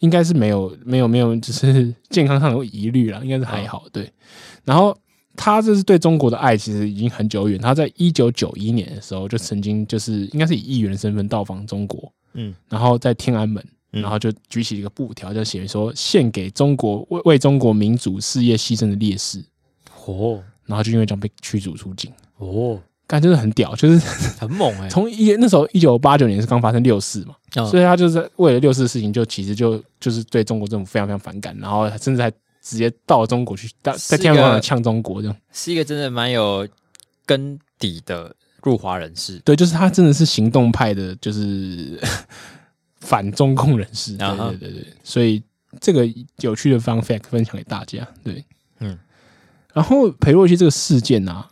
应该是没有没有没有，只是 健康上有疑虑了，应该是还好。对，然后他这是对中国的爱，其实已经很久远。他在一九九一年的时候就曾经就是应该是以议员的身份到访中国，嗯，然后在天安门。嗯然后就举起一个布条，就写说献给中国为为中国民主事业牺牲的烈士，哦然后就因为这样被驱逐出境，哦，干真的很屌，就是 很猛哎、从一那时候一九八九年是刚发生六四嘛，嗯所以他就是为了六四的事情，就其实就就是对中国政府非常非常反感，然后甚至还直接到中国去，到是在一个天安门广场呛中国这样。是一个真的蛮有根底的入华人士。对，就是他真的是行动派的，就是 反中共人士。对啊哈对对对，所以这个有趣的 fun fact 分享给大家。对，嗯，然后裴洛西这个事件啊。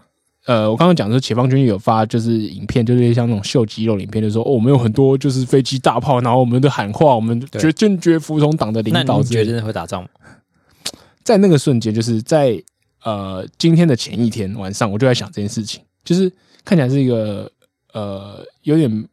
呃，我刚刚讲说，解放军有发就是影片，就是像那种秀肌肉的影片，就说哦，我们有很多就是飞机大炮，然后我们的喊话，我们对决坚决服从党的领那导你之觉类的。得真的会打仗吗？在那个瞬间，就是在呃今天的前一天晚上，我就在想这件事情，就是看起来是一个呃有点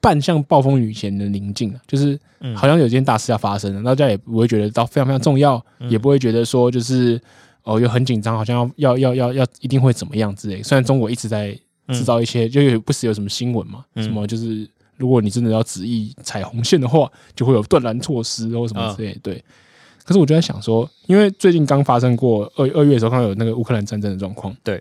半像暴风雨前的宁静啊，就是嗯好像有件大事要发生了，大家也不会觉得到非常非常重要，嗯也不会觉得说就是哦又很紧张，好像要要要要要一定会怎么样之类。虽然中国一直在制造一些，就有不时有什么新闻嘛，嗯什么就是。如果你真的要执意踩红线的话，就会有断然措施或什嗯么之类的。对，可是我就在想说，因为最近刚发生过二二月的时候，刚好有那个乌克兰战争的状况。对，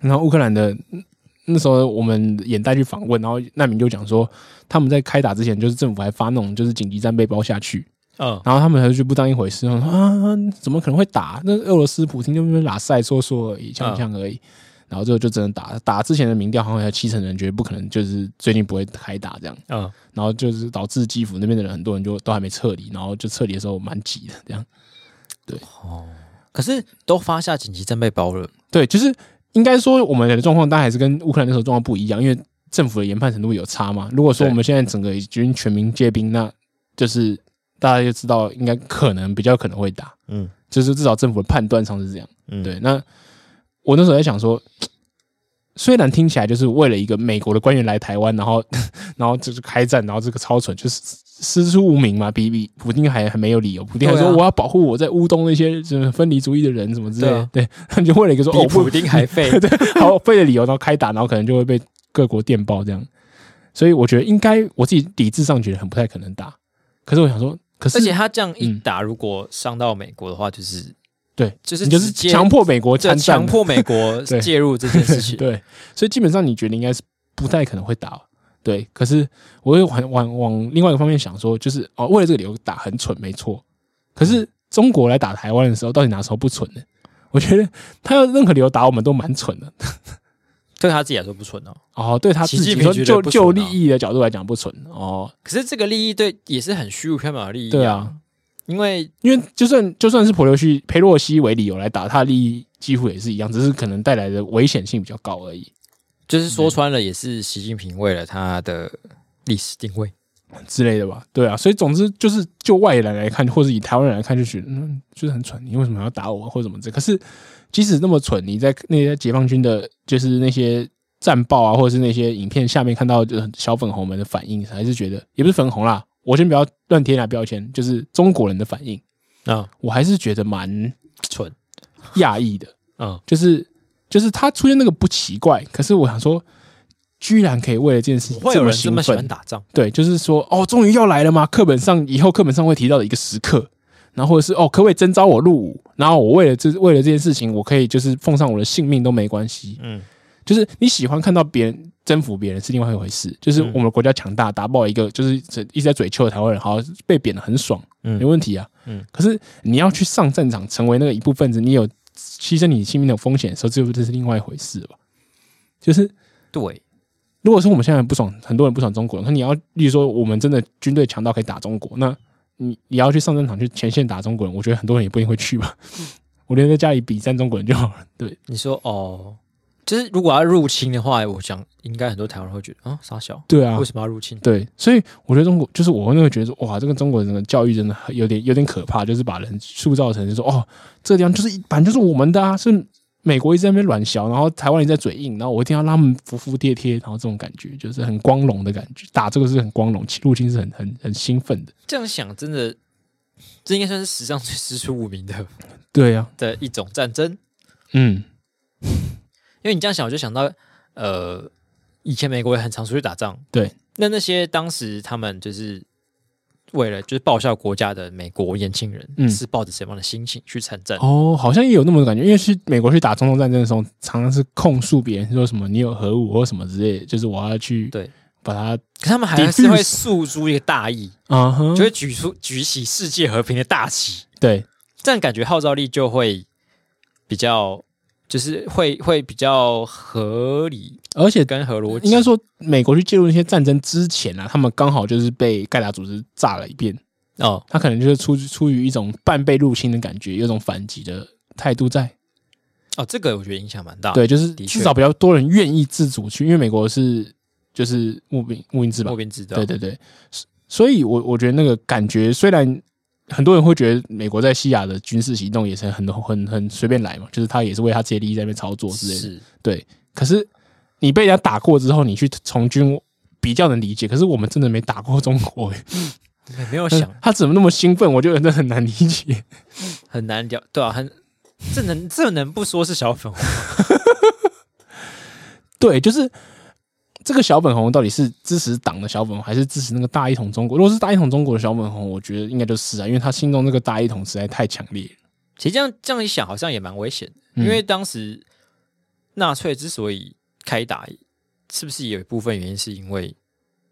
然后乌克兰的嗯那时候我们眼带去访问，然后难民就讲说，他们在开打之前，就是政府还发那种就是紧急战备包下去，嗯，然后他们还是就不当一回事，然后说啊，怎么可能会打？那俄罗斯普京就那边拉塞说说而已，呛呛而已。然后最后就真的打，打之前的民调好像有七成人觉得不可能，就是最近不会开打这样。嗯然后就是导致基辅那边的人很多人就都还没撤离，然后就撤离的时候蛮急的这样。可是都发下紧急战备包了，对，就是应该说我们的状况，当然还是跟乌克兰那时候状况不一样，因为政府的研判程度有差嘛。如果说对我们现在整个已经全民皆兵，那就是大家就知道应该可能比较可能会打，嗯就是至少政府的判断上是这样。嗯，对，那我那时候在想说，虽然听起来就是为了一个美国的官员来台湾，然后然后就是开战，然后这个超蠢，就是师出无名嘛，比比普丁还还没有理由，普丁还对说啊我要保护我在乌东那些就是分离主义的人什么之类对的啊，对， 他就为了一个说比哦普不，丁还废。 好费的理由，然后开打，然后可能就会被各国电报这样，所以我觉得应该我自己理智上觉得很不太可能打，可是我想说，可是而且他这样一嗯打，如果伤到美国的话，就是对，就是你就是直接强迫美国这参战强。迫美国 对介入这件事情。 对，所以基本上你觉得应该是不太可能会打，哦对。可是我又往往往另外一个方面想说，就是哦，为了这个理由打很蠢，没错。可是中国来打台湾的时候，到底哪时候不蠢呢？我觉得他要任何理由打我们都蛮蠢的。对他自己来说不蠢哦。哦，对他习自己近说平觉就得不就蠢利啊益的角度来讲不蠢哦，可是这个利益对也是很虚无缥缈的利益、对啊，因为因为就算就算是普留西裴洛西为理由来打，他的利益几乎也是一样，只是可能带来的危险性比较高而已。就是说穿了，也是习近平为了他的历史定位。之类的吧，对啊，所以总之就是就外人来看，或者以台湾人来看，就觉得嗯，就是很蠢，你为什么要打我或者怎么这？可是即使那么蠢，你在那些解放军的，就是那些战报啊，或者是那些影片下面看到就是小粉红们的反应，还是觉得呃也不是粉红啦，我先不要乱贴哪标签，就是中国人的反应，嗯，我还是觉得蛮蠢，讶异的，嗯，就是就是他出现那个不奇怪，可是我想说，居然可以为了这件事情会有么人这兴么喜奋欢，打仗？对，就是说，哦，终于要来了吗？课本上以后课本上会提到的一个时刻，然后或者是哦，可不可以征召我入伍？然后我为了这为了这件事情，我可以就是奉上我的性命都没关系。嗯，就是你喜欢看到别人征服别人是另外一回事，就是嗯我们国家强大，打爆一个就是一直在嘴臭的台湾人，好像被贬的很爽，嗯没问题啊。嗯，可是你要去上战场，成为那个一部分子，你有牺牲你性命的风险的时候，这就这是另外一回事了吧？就是对，如果说我们现在很不爽，很多人不爽中国，那你要，例如说我们真的军队强到可以打中国，那你你要去上战场去前线打中国人，我觉得很多人也不一定会去吧。我连在家里比战中国人就好了，对，你说哦，就是如果要入侵的话，我想应该很多台湾人会觉得啊，傻小，对啊为，什么要入侵？对，所以我觉得中国就是我那会觉得说，哇，这个中国人的教育真的很有点有点可怕，就是把人塑造成就说，哦，这个地方就是一反正就是我们的啊，是美国一直在那边软小，然后台湾一直在嘴硬，然后我一定要让他们服服帖帖，然后这种感觉就是很光荣的感觉，打这个是很光荣，入侵是很很很兴奋的，这样想真的，这应该算是史上最师出无名的对呀、的一种战争。嗯。因为你这样想，我就想到，呃，以前美国也很常出去打仗，对，那那些当时他们就是为了就是报效国家的美国年轻人，嗯是抱着什么样的心情去参战？哦，好像也有那么的感觉，因为去美国去打中东战争的时候，常常是控诉别人说什么你有核武或什么之类的，就是我要去对把它可他们还是会诉诸一个大义，啊哈就会举出举起世界和平的大旗，对这样感觉号召力就会比较，就是会会比较合理而且跟合逻辑。应该说美国去介入那些战争之前啊，他们刚好就是被盖达组织炸了一遍，哦，他可能就是出出于一种半被入侵的感觉，有一种反击的态度在。哦，这个我觉得影响蛮大的。对，就是啊的确至少比较多人愿意自主去，因为美国是就是募兵募兵制吧莫，边知道，对对对，所所以我我觉得那个感觉，虽然很多人会觉得美国在西亚的军事行动也是很很很随便来嘛，就是他也是为他自己的利益在那边操作之类的。是可是你被人家打过之后，你去从军比较能理解。可是我们真的没打过中国、欸，没有想 他怎么那么兴奋，我就真的很难理解。 很难聊，对啊，很这能这能不说是小粉红？ 对，就是这个小粉红到底是支持党的小粉红，还是支持那个大一统中国？如果是大一统中国的小粉红，我觉得应该就是啊，因为他心中那个大一统实在太强烈了。其实这样这样一想，好像也蛮危险的，嗯因为当时纳粹之所以开打，是不是有一部分原因是因为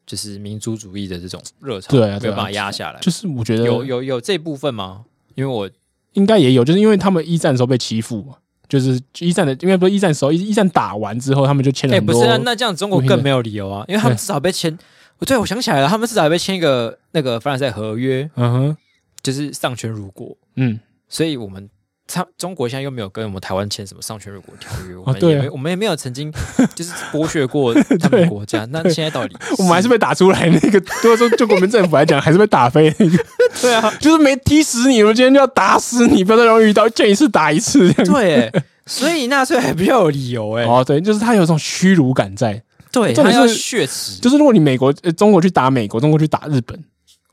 就是民族主义的这种热潮对啊没对啊有办法压下来？就是我觉得有有有这部分吗？因为我应该也有，就是因为他们一战的时候被欺负嘛，就是一战的，因为不是一战的时候，一一战打完之后，他们就签哎、了很不多。是、啊，那这样中国不行更的没有理由啊，因为他们至少被签。我对我想起来了，他们至少被签一个那个凡尔赛合约，嗯哼，就是丧权辱国。嗯，所以我们他中国现在又没有跟我们台湾签什么上权入国条约，我们对啊也没、我们也没有曾 经就是剥削过他们国家。那现在到底我们还是被打出来那个，如果说就国民政府来讲，还是被打飞那个， 对啊，就是没踢死你，我们今天就要打死你，不要再让我遇到，见一次打一次这样。对欸，所以纳粹还比较有理由哎、哦，对，就是他有一种虚辱感在，对，重他点要是血耻，就是如果你美国、呃、中国去打美国，中国去打日本，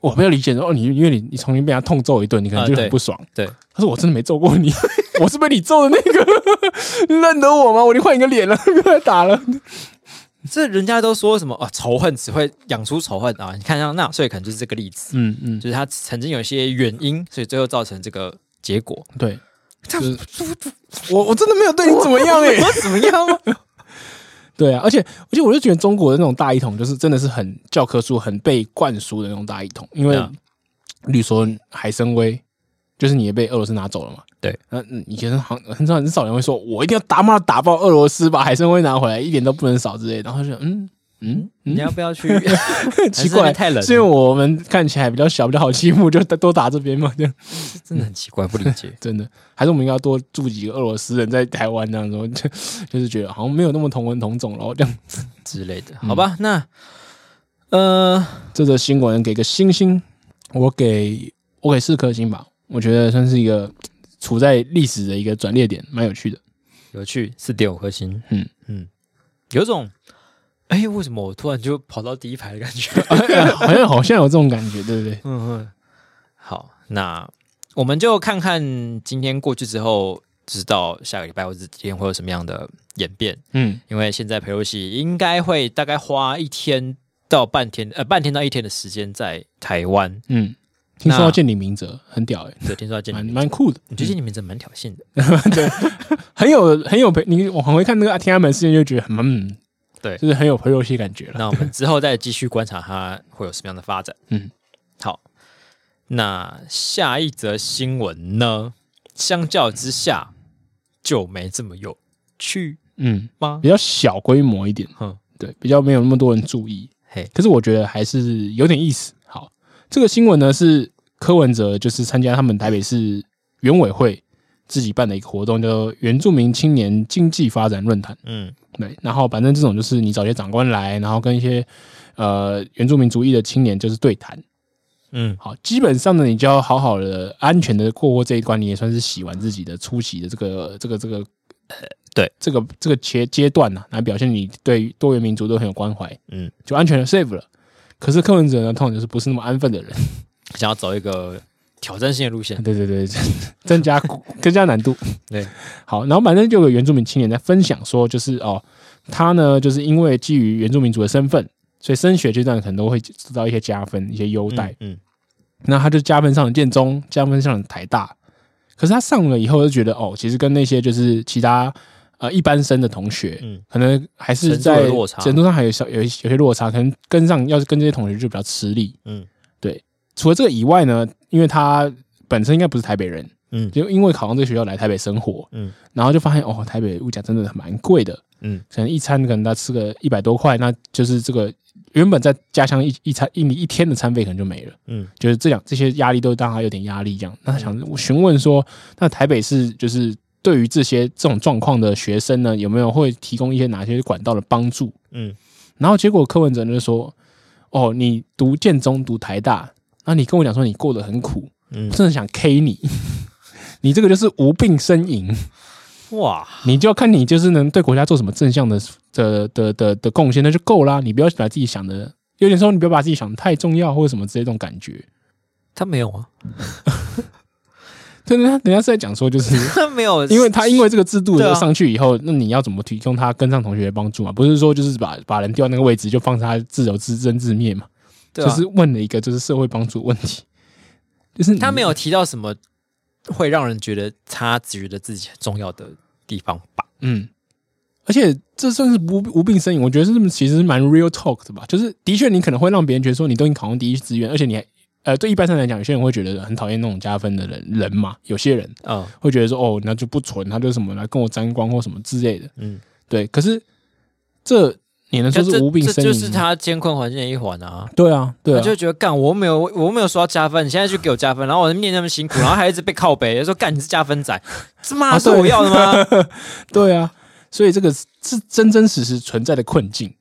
我不要理解说哦，你因为你你重新被他痛揍一顿，你可能就啊对很不爽。对他说我真的没 揍过你，我是被你揍的那个， 你认得我吗？我已经换一个脸了， 不要再打了。这人家都说什么啊，仇恨只会养出仇恨啊。你看像纳粹可能就是这个例子，嗯嗯，就是他曾经有一些原因，所以最后造成这个结果。对，就是我我真的没有对你怎么样哎、欸，我怎么样啊？ 对啊，而且而且我就觉得中国的那种大一统，就是真的是很教科书、很被灌输的那种大一统，因为对啊例如说海参崴，就是你也被俄罗斯拿走了嘛，对，那嗯以前好很少很少人会说，我一定要打骂打爆俄罗斯，把海参崴拿回来，一点都不能少之类的，然后就嗯嗯你要不要 去？奇还是那怪，边太冷了是因为我们看起来比较小，比较好欺负，就多打这边嘛，这样真的很奇怪，不理解。真的，还是我们应该要多住几个俄罗斯人在台湾这样子，我 就就是觉得好像没有那么同文同种，然后这样之类嗯的，好吧？那呃，这则新闻给个星星，我给我给四颗星吧，我觉得算是一个处在历史的一个转捩点，蛮有趣的。 有趣，四点五颗星，嗯嗯，有种哎、为什么我突然就跑到第一排的感觉？好像好像有这种感觉，对不对？嗯嗯，好，那我们就看看今天过去之后，知道下个礼拜或者是今天会有什么样的演变。嗯因为现在裴洛西应该会大概花一天到半天，呃，半天到一天的时间在台湾，嗯听说要那见李明哲，很屌哎、对，听说要见蛮你名蛮酷的，嗯我觉得你们真的蛮挑衅的。很有很有陪你往回看那个啊天安门事件，就觉得很嗯，对就是很有朋友戏感觉了。那我们之后再继续观察它会有什么样的发展。嗯，好。那下一则新闻呢？相较之下就没这么有趣嗯，吗？比较小规模一点，哼，对，比较没有那么多人注意。嘿，可是我觉得还是有点意思。好，这个新闻呢是柯文哲就是参加他们台北市原委会自己办的一个活动，叫做原住民青年经济发展论坛。嗯对，然后反正这种就是你找一些长官来，然后跟一些呃原住民族裔的青年就是对谈。嗯，好，基本上呢，你就要好好的、安全的过过这一关，你也算是洗完自己的出席的这个、这个、这个，对这个这个阶阶段呢、来表现你对多元民族都很有关怀，嗯，就安全的 save 了。可是柯文哲呢，通常就是不是那么安分的人，想要走一个挑战性的路线。 对对对， 增加增加难度。对，好，然后反正就有个原住民青年在分享说，就是哦，他呢就是因为基于原住民族的身份，所以升学阶段可能都会得到一些加分、一些优待。嗯，那他就加分上了建中，加分上了台大。可是他上了以后就觉得，哦，其实跟那些就是其他呃一般生的同学，嗯可能还是程度在有落差程度上还有小有一有些落差，可能跟上要是跟这些同学就比较吃力。嗯除了这个以外呢，因为他本身应该不是台北人，嗯就因为考上这个学校来台北生活，嗯然后就发现哦，台北物价真的蛮贵的，嗯可能一餐可能他吃个一百多块，那就是这个原本在家乡一一餐一一天的餐费可能就没了。嗯就是这两这些压力都让他有点压力，这样。那他想询问说，那台北市就是对于这些这种状况的学生呢，有没有会提供一些哪些管道的帮助？嗯然后结果柯文哲就说：“哦，你读建中，读台大，那你跟我讲说你过得很苦，嗯我，真的想 K 你， 你这个就是无病呻吟，嗯哇，你就要看你就是能对国家做什么正向的的的的的贡献，那就够啦。你不要把自己想的，有点说你不要把自己想的太重要或者什么之类这种感觉。”他没有啊，对，人家人家是在讲说，就是 他没有，因为他因为这个制度对啊上去以后，那你要怎么提供他跟上同学的帮助嘛？不是说就是把把人调那个位置就放他自由自生自灭嘛？对就啊是问了一个就是社会帮助问题，就是你他没有提到什么会让人觉得他觉得自己很重要的地方吧？嗯，而且这算是无无病呻吟，我觉得是其实是蛮 real talk 的吧。就是的确你可能会让别人觉得说你都已经考上第一志愿，而且你还呃对一般上来讲，有些人会觉得很讨厌那种加分的人人嘛，有些人嗯会觉得说哦那就不纯，他就是什么来跟我沾光或什么之类的。嗯，对，可是这你能说这是无病这呻这吟？就是，他监控环境的一环啊。对啊，对他啊，就觉得干，我没有，我没有说要加分，你现在去给我加分，然后我念那么辛苦，然后还一直被靠背，说干你是加分仔，这妈啊是对我要的吗？对啊，所以这个是是真真实实存在的困境。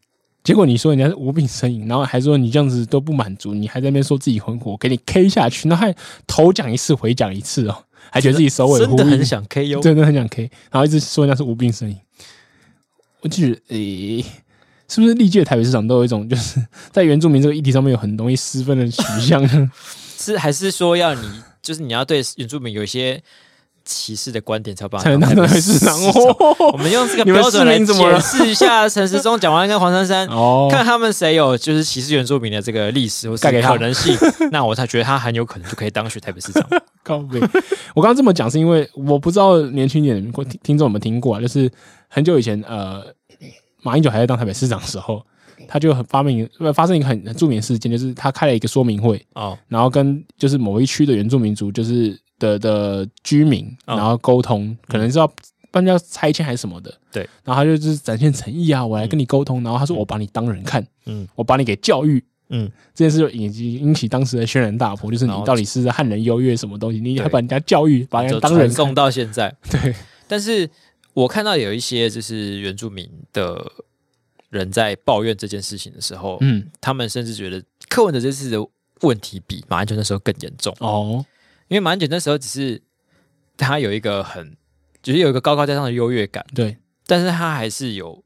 结果你说人家是无病呻吟，然后还说你这样子都不满足，你还在那边说自己很苦，给你 K 下去，那还头讲一次回讲一次哦，还觉得自己首尾真呼的应很，想 KO，真的很想 K，然后一直说人家是无病呻吟，我就觉得诶。是不是历届台北市长都有一种，就是在原住民这个议题上面有很容易失分的取 向呢？是还是说要你，就是你要对原住民有一些歧视的观点才有办法才能当台台北北市长哦长我们用这个你们标准来市民怎么了解释一下陈时中、蒋万安跟黄珊珊，哦看他们谁有就是歧视原住民的这个历史或是盖给他可能性，那我才觉得他很有可能就可以当选台北市长。靠背。 我刚刚这么讲是因为我不知道年轻一点的听听众有没有听过啊，就是很久以前呃，马英九还在当台北市长的时候，他就很发明呃发生一个很很著名的事件，就是他开了一个说明会，哦，然后跟就是某一区的原住民族就是的的居民，嗯然后沟通，可能是要。不然要拆迁还是什么的，对。然后他就就是展现诚意啊，我来跟你沟通。然后他说我把你当人看，嗯我把你给教育，嗯，这件事就引起引起当时的轩然大波，就是你然后到底是汉人优越什么东西，你还对把人家教育，把人就家当传人看送到现在。 对，但是我看到有一些就是原住民的人在抱怨这件事情的时候，嗯，他们甚至觉得柯文哲这次的问题比马英九那时候更严重，哦，因为马英九那时候只是他有一个很，就是有一个高高在上的优越感，对，但是他还是有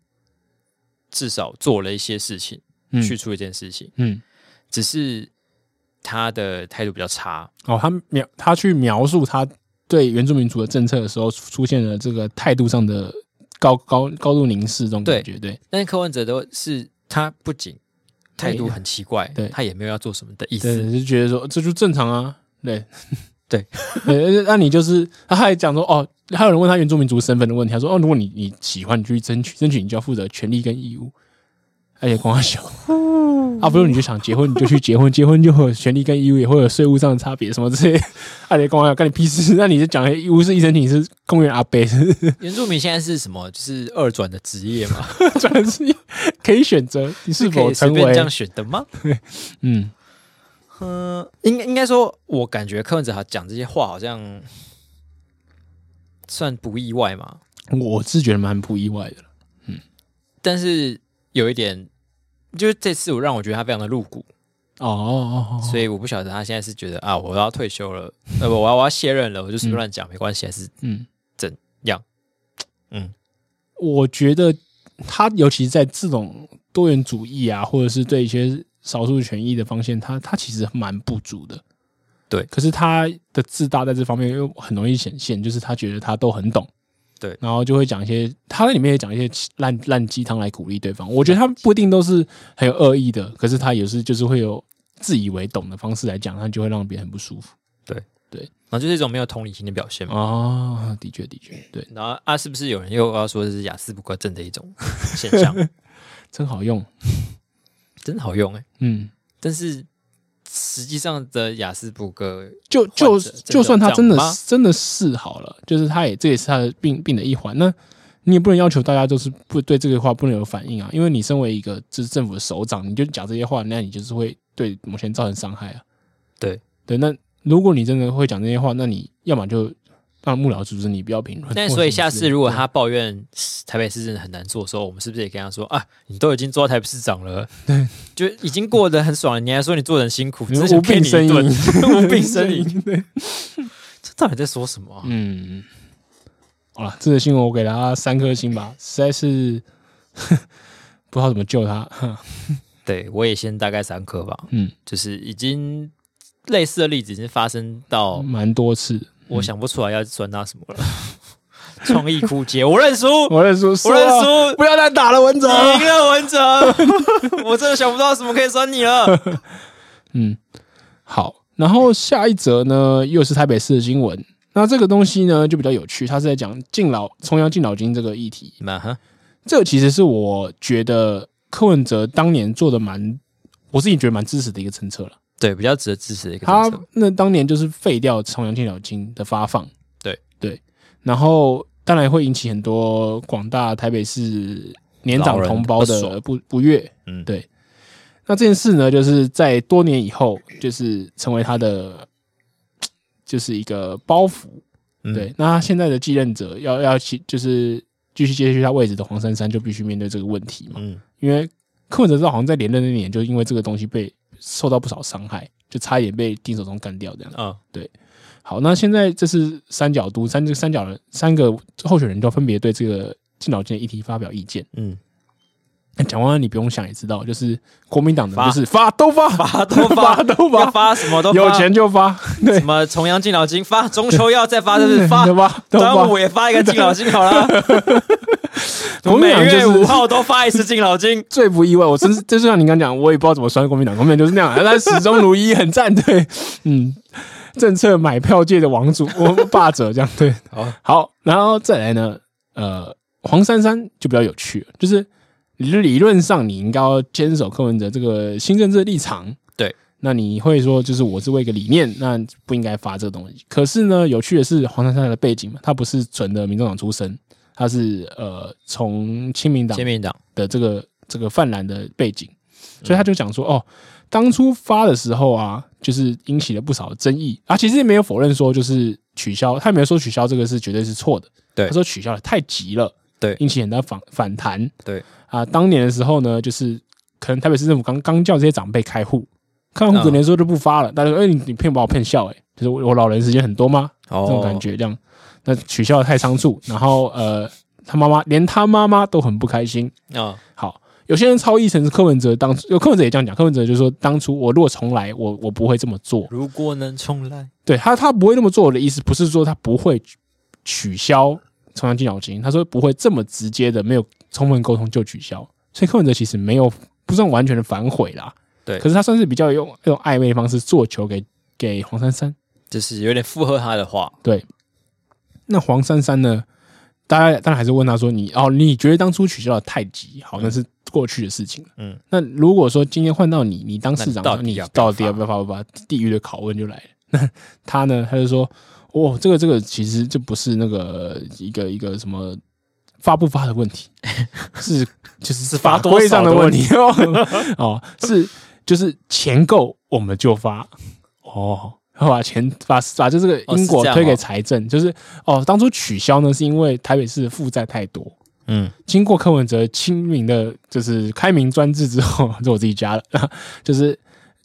至少做了一些事情，嗯去出一件事情，嗯，只是他的态度比较差，哦，他描他去描述他对原住民族的政策的时候，出出现了这个态度上的高高高度凝视这种感觉，对，但是柯文哲都是他不仅态度对很奇怪对，他也没有要做什么的意思，对，就觉得说这就正常啊，对对对，那你就是他还讲说哦，还有人问他原住民族身份的问题，他说哦，如果你你喜欢，你就去争取，争取你就要负责权利跟义务。而且光他小，啊，不如你就想结婚，你就去结婚，结婚就会有权利跟义务，也会有税务上的差别什么之类的。 而且光要干你屁事，那你就讲义务是医生，你是公园阿伯，是原住民现在是什么？就是二转的职业嘛， 专是可以选择你是可否以随成便这为样选的 吗？嗯嗯，应该应该说，我感觉柯文哲他讲这些话好像算不意外嘛，我是觉得蛮不意外的。但是有一点，就是这次我让我觉得他非常的露骨，哦哦哦哦，所以我不晓得他现在是觉得啊，我要退休了，呃，不，我要我要卸任了，我就随便乱讲没关系，还是嗯，怎样？嗯，我觉得他尤其在这种多元主义啊，或者是对一些少数权益的方面，他他其实蛮不足的。对可是他的自大在这方面又很容易显现，就是他觉得他都很懂，对然后就会讲一些他在里面也讲一些烂烂鸡汤来鼓励对方。我觉得他不一定都是很有恶意的，可是他有时就是会有自以为懂的方式来讲，他就会让别人很不舒服。然后就是一种没有同理心的表现嘛。哦，的确的确，对，然后啊，是不是有人又要说这是雅思不够症的一种现 象？真好用，真好用哎、嗯。但是实际上的雅思不够，就就患者真的就算他有这真样的吗真的是好了，就是他也这也是他的病病的一环。那你也不能要求大家都是不对这个话不能有反应啊，因为你身为一个就是政府的首长，你就讲这些话，那你就是会对某些人造成伤害啊。对对，那如果你真的会讲这些话，那你要么就让幕僚组织你不要评论。但或者所以什下么之类次的如果他抱怨台北市真的很难做的时候，我们是不是也跟他说啊，你都已经做到台北市长 了，对，就已经过得很爽了，你还说你做的很辛苦，你只是无想骗你病呻一顿， 吟，无病呻吟，对， 这到底在说什么啊、嗯，好了，这个新闻我给他三颗星吧，实在是 不知道怎么救他。对我也先大概三颗吧，嗯，就是已经类似的例子已经发生到 蛮多次。我想不出来要酸他什么了， 创意枯竭，我认输， 我认输，啊我认输。不要再打了，文哲。你赢了文哲， 我真的想不到什么可以酸你 了。嗯，好。然后下一则呢，又是台北市的新闻。那这个东西呢，就比较有趣，它是在讲敬老、重阳敬老金这个议题。嘛哈，这其实是我觉得柯文哲当年做的蛮，我自己觉得蛮支持的一个政策了。对，比较值得支持的一个他政策。那当年就是废掉重阳敬老金的发放，对对，然后当然会引起很多广大台北市年长老人同胞不的爽不不悦，嗯对。那这件事呢，就是在多年以后，就是成为他的就是一个包袱，嗯对。那他现在的继任者要要去就是继续接续他位置的黄珊珊，就必须面对这个问题嘛，嗯，因为柯文哲好像在连任那年，就因为这个东西被受到不少伤害，就差一点被丁守中干掉这样。啊，好，那现在这是三角都三这三角人三个候选人都分别对这个敬老金的议题发表意见。嗯，蒋万安，你不用想也知道，就是国民党的发就是发都发发都 发发都要发，发什么都发有钱就发，对什，么重阳敬老金发，中秋要再 发，是不是发对？吧？都端发午。也发一个敬老金好 了，国民每党就月是五号都发一次敬老 金。最不意外，我真是就像你刚讲，我也不知道怎么酸国民党，国民党就是 那样，但始终如一，很赞，对，嗯，政策买票界的王主，我霸者这样，对，好，好，然后再来呢，呃，黄珊珊就比较有趣了，就是理论上你应该要坚守柯文哲这个新政治立场，对，那你会说就是我是为一个理念，那不应该发这个东西。可是呢，有趣的是黄珊珊的背景嘛，她不是纯的民众党出身，她是呃从亲民党签名党，的这个这个泛滥的背景，嗯所以他就讲说，哦，当初发的时候啊，就是引起了不少争议啊。其实也没有否认说就是取消，他也没有说取消这个是绝对是错的，对他说取消了太急了，对引起很大反反弹，对啊。当年的时候呢，就是可能台北市政府刚刚叫这些长辈开户，开嗯完户隔年之后就不发了，大家说，哎、你你骗把我骗笑、欸，哎，就是我我老人时间很多吗？哦这种感。觉，这样。那取消了太仓促，然后呃，他妈妈连他妈妈都很不开心，啊，好，有些人超译成是柯文哲当初，有柯文哲也这样讲，柯文哲就说当初我如果重来，我我不会这么做。如果能重来，对他，他不会那么做的意思，不是说他不会取取消重阳敬老金，他说不会这么直接的，没有充分沟通就取消。所以柯文哲其实没有不算完全的反悔啦，对可是他算是比较用用暧昧的方式做球给给黄珊珊，就是有点附和他的话。那黄珊珊呢？大家当然还是问他说你：“哦，你觉得当初取消了太极，好，那是过去的事情。嗯，那如果说今天换到你，你当市长，那那你你到到底底要要不不要发不发？地狱的拷问就来了。那他呢？他就说：哦，这个这个其实这不是那个一个一个什么发不发的 问题，是就是是是发法多规少上的问问题哦， 哦，是就是钱够我们就发哦。”他把钱把把就这个哦因是果这样推给哦财政，就是哦，当初取消呢，是因为台北市的负债太多。嗯，经过柯文哲亲民的，就是开明专制之后， 这我自己加了，就是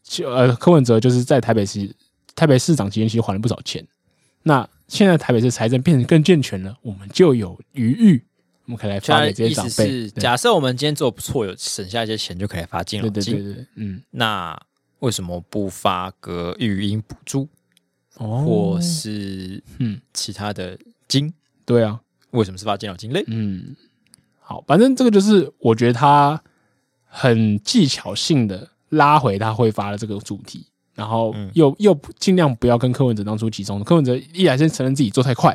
就呃，柯文哲就是在台北市台北市长期间其实还了不少钱。那现在台北市财政变得更健全了，我们就有余裕，我们可以来就他发的给这意些长思辈是，。对假设我们今天做不错，有省下一些钱，就可以来发敬老对对对金。对，对嗯，那为什么不发个育婴补助，哦或是嗯，其他的金？对啊，为什么是发敬老金类？嗯，好，反正这个就是我觉得他很技巧性的拉回他会发的这个主题，然后嗯又、又不尽量不要跟柯文哲当初集中。柯文哲一来先承认自己做太快，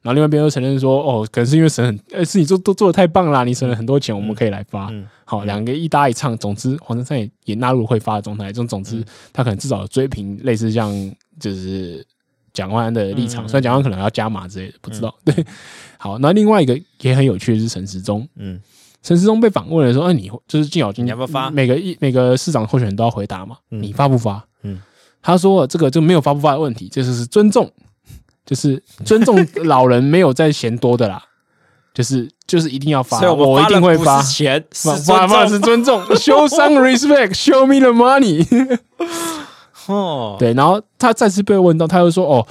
然后另外一边又承认说，哦，可能是因为省很，呃，是你做都做的太棒啦，你省了很多钱，我们可以来发。嗯好，两个一搭一唱，总之黄珊珊也也纳入会发的状态。这种总嗯之，他可能至少有追平类似像就是蒋万安的立场，嗯虽然蒋万安可能要加码之类的，不知道。对， 好，那另外一个也很有趣的是陈时中，嗯，陈时中被访问的时候，哎，你就是敬老金你要不要发每个一每个市长候选人都要回答嘛，嗯你发不发？嗯，他说这个就没有发不发的问题，这就是尊重，就是尊重老人没有再嫌多的啦， 就是就是一定要发，所以我们发一了定会不发是。钱，是 发发是尊重 尊重，show some respect，show me the money。 哦。对，然后他再次被问到，他又说：“哦，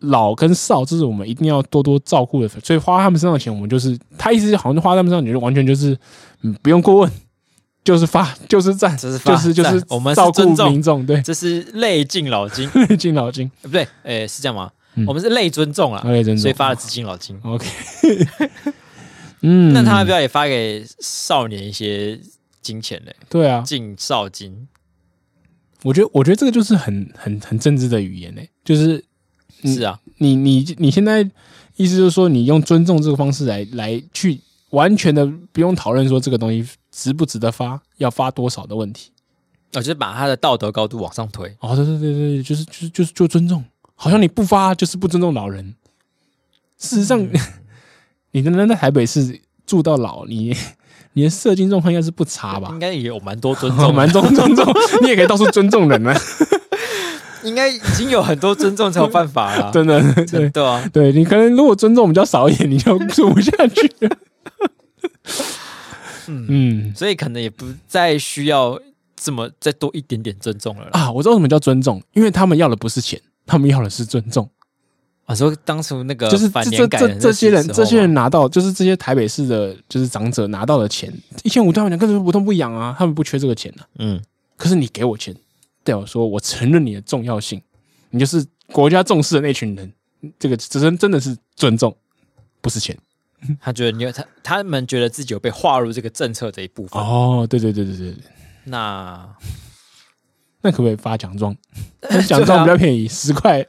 老跟少，这是我们一定要多多照顾的，所以花他们身上的钱，我们就是他意思是好像花他们身上的钱，就完全就是嗯不用过问， 就是发，就是赞，就是发就是就赞是我们是照顾尊重民众，对，这是类敬老 金，哎敬老金不对，诶，是这样吗？嗯我们是类尊重啦，啊，OK，尊重，所以发了只敬老金。 OK，嗯，那他要不要也发给少年一些金钱嘞？对啊，敬少金我觉得我觉得这个就是很很很政治的语言呢、欸就是嗯是啊，你你你现在意思就是说，你用尊重这个方式来来去完全的不用讨论说这个东西值不值得发，要发多少的问题。我就是把他的道德高度往上推。哦，对对对对，就是就是就是就尊重，好像你不发就是不尊重老人。事实上， 你能能在台北市住到老，你你的社经状况应该是不差吧应？该也有 蛮多 尊哦重，蛮尊尊重，你也可以到处尊重人啊，应该已经有很多尊重才有办法 啦。 真的，对真的啊，对，你可能如果尊重比较少一点，你就住不下去了。 嗯所以可能也不再需要这么再多一点点尊重了啦。啊，我知道什么叫尊重，因为他们要的不是钱，他们要的是尊重，我啊说当初那个就是反这这年改这的这些啊人，时候这些嘛人拿到，就是这些台北市的，就是长者拿到的钱，一千五对他们讲根本不痛不痒啊，他们不缺这个钱啊。嗯，可是你给我钱，代表说我承认你的重要性，你就是国家重视的那群人，这个只是真的是尊重，不是钱。他觉得你有他他们觉得自己有被划入这个政策这一部分，哦，对对对对对对。那那可不可以发奖状？ 奖状比较 便宜，十块。？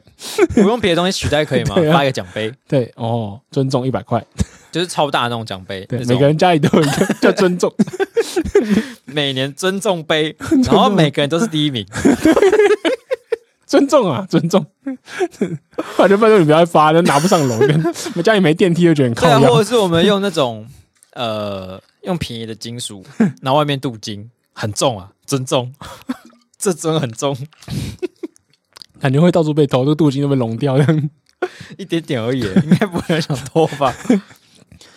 不用别的东西取代可以 吗对啊发一个奖杯，对哦，尊重一百块。就是超大的那种奖杯，对，那每种个人家里都有一个叫尊重。 每年 尊重杯，然后每个人都是第一名，尊重啊，尊重。 反正拜托你不要发，就拿不上楼，跟我 家里没电梯就觉得很对靠啊，腰或。者是我们用那 种呃用便宜的金属，然后外面镀金，很重啊，尊重， 这尊很重，感觉会到处被偷，这个镀金都被融掉。这样 一点点而已，应该不会有人想偷吧？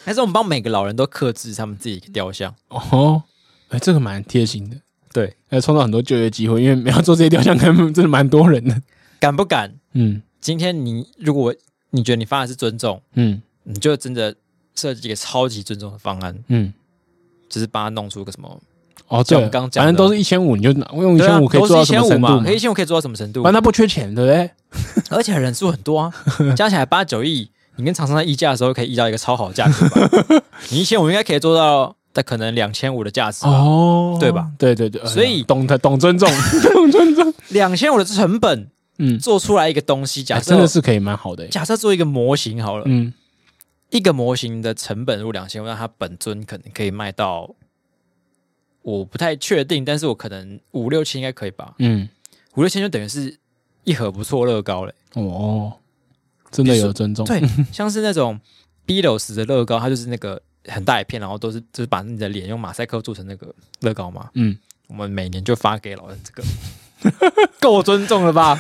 还是我们帮每个老人都刻制他们自己的雕像？哦，哎，这个蛮贴心的，对，呃，创造很多就业机会，因为你要做这些雕像，可能真的蛮多人的。敢不敢？嗯今天你如果你觉得你发的是尊重，嗯你就真的设计一个超级尊重的方案，嗯，就是帮他弄出个什么哦，就对我了们刚，讲反的正都是一千五，你就拿用一对啊千五可以都做是到一千五什么程度嘛，嘛可？以一千五可以做到什么程度反？正他不缺钱，对不对？而且人数很多啊， 加起来八九亿，你跟厂商在议价的时候可以议到一个超好的价格吧？ 你一千五应该可以做到，但可能两千五的价值，哦，对吧？对对对，哎所以 呃懂得懂尊重，懂尊重，两千五的成本嗯，做出来一个东西，假哎设、真的是可以蛮好的欸，假设做一个模型好了，嗯一个模型的成本如果两千万，它本尊可能可以卖到，我不太确定，但是我可能五六千应该可以吧，嗯，五六千就等于是一盒不错乐高嘞。哦，真的有尊重， 对，像是那种 Beatles 的乐高，它就是那个很大一片，然后都是就是把你的脸用马赛克做成那个乐高嘛。嗯，我们每年就发给老人这个，够尊重了吧？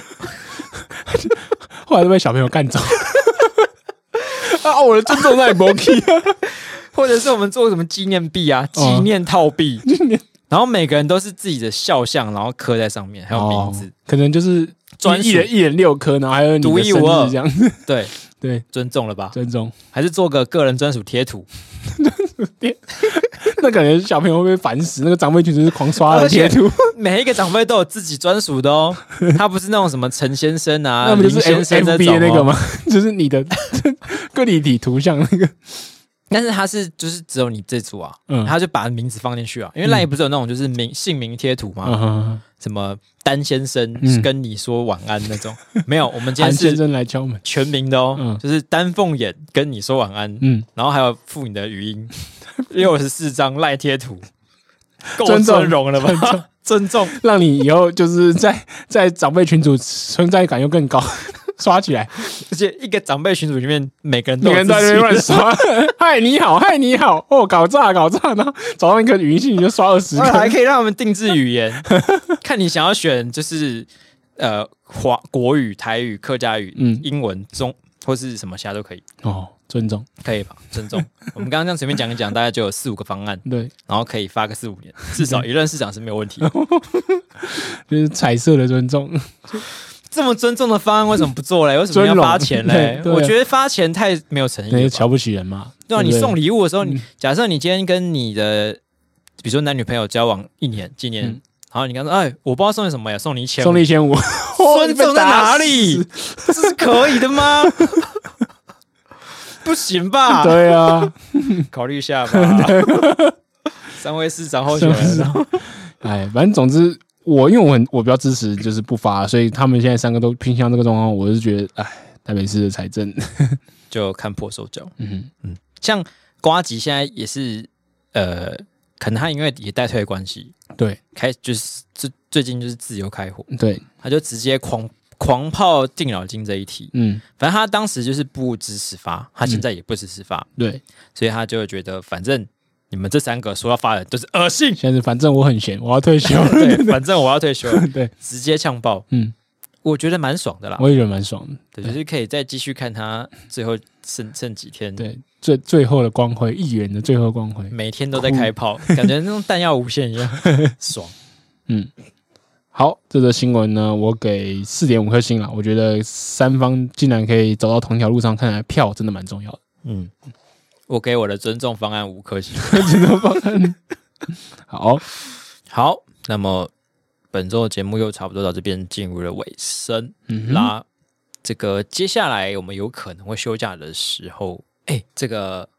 后来都被小朋 友干走。 啊！我的尊重在 m o k e 或者是我们做什么纪念币啊、哦纪念套币，然后每个人都是自己的肖像，然后刻在上面，还有名字，哦可能就是专属一人一人六颗，然后还有你独的一生无二日这样 子。对，对，尊重了吧？尊重。 还是做个个人专属贴图， 那感觉小朋友会被烦死，那个长辈群就是狂 刷的而且截图，每一个长辈都有自己专属的哦，他不是那种什么陈先生啊、 那不林就是先 F 生 F 那 B 种、的哦、那个吗？ 就是你的个体体图像那个，但是他是就是只有你这组啊，嗯他就把名字放进去啊，因为赖不是有那种就是名姓名贴图嘛，啊，什么丹先生嗯跟你说晚安那 种，没有，我们今韩天先是生来敲门，全名的哦，嗯就是丹凤眼跟你说晚安，嗯，然后还有附你的语 音，六十四张赖贴图，够尊重尊荣了吧？ 尊重，让你以后就是在在长辈群组存在感又更高， 刷起来，而且一个长辈群组里面每个人都每有个人都在那边乱 自己的，刷， 嗨你好，嗨你好，哦搞炸搞炸，然后找到一个语音信你就刷二十哎还个，可以让他们定制语言，看你想要选就是呃华国语、台语、客家语、 嗯英文、中或是什么其他都可以，哦，尊重，可 以吧？尊重。我们刚刚这样随便讲一讲，大概就有四五个方案，对，然后可以发个四五 年，至少一任市长是没有问题的。就是彩色的尊重，这么尊重的方案为什么不做嘞？为什么要尊荣发钱嘞？对对啊我觉得发钱太没有诚意那了就吧。瞧不起人嘛，对啊，不你送礼物的时候，你嗯假设你今天跟你的，比如说男女朋友交往一年，今年，嗯然后你刚说，哎，我不知道送你什么呀，送你一千，送你一千五， 尊重在哪里？这是可以的 吗？不行吧？对 啊，考虑一下吧。 三位市长候选是不是人， 哎，反正总之，我因为我很我比较支持就是不发，所以他们现在三个都偏向这个状况，我是觉得，哎，台北市的财政， 就看破手脚。嗯像瓜吉现在也是，呃，可能他因为也带退的关系，哼，对开就是最最近就是自由开火，对，他就直接狂狂炮定脑筋这一题。嗯反正他当时就是不支持发，他现在也不支持发，对，，所以他就觉得反正你们这三个说要发的都是恶心 现在是反正我很闲，我要退休，对，反正我要退休了， 对，直接呛爆，嗯，我觉得蛮爽的啦，我也觉得蛮爽的，对，就是可以再继续看他最后剩剩几天，，对，最最后的光辉，议员的最后光辉，每天都在开炮， 感觉那种弹药无限一 样，爽。好，这则新闻呢，我给四点五颗星了。我觉得三方竟然可以走到同条路上，看来票真的蛮重要的。 嗯，我给我的尊重方案五颗星。 好，好，那么本周的节目又差不多到这边进入了尾声。嗯哼，那这个接下来我们有可能会休假的时候，哎，这个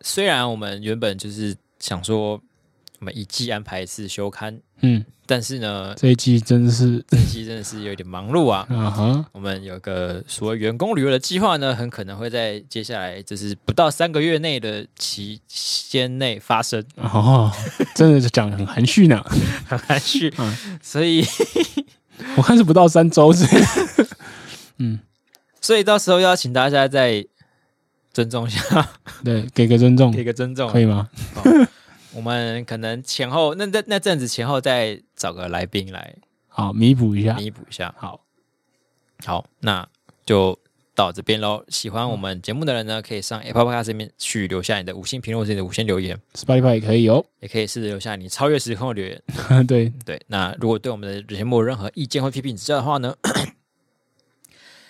虽然我们原本就是想说我们一季安排一次休刊，嗯，但是呢，这一季真是。这期真的是有点忙碌啊啊哈，我们有个所谓员工旅游的计划呢，很可能会在接下来就是不到三个月内的期间内发生。 哦，真的是讲得很含蓄呢。很含蓄，嗯所以 我看是不到三周之类的， 所以到时候要请大家再尊重一下，对，给个尊重给，个尊重。可以吗？哦我们可能前后那那那阵子前后再找个来宾来好，弥补一下。弥补一下。好，好，那就到这边喽。喜欢我们节目的人呢，可以上 Apple Podcast 这边去留下你的五星评论或者你的五星留言， Spotify 也可以哦。 也可以试着留下你超越时空的留言。对，对，那如果对我们的节目有任何意见或批评指教的话呢，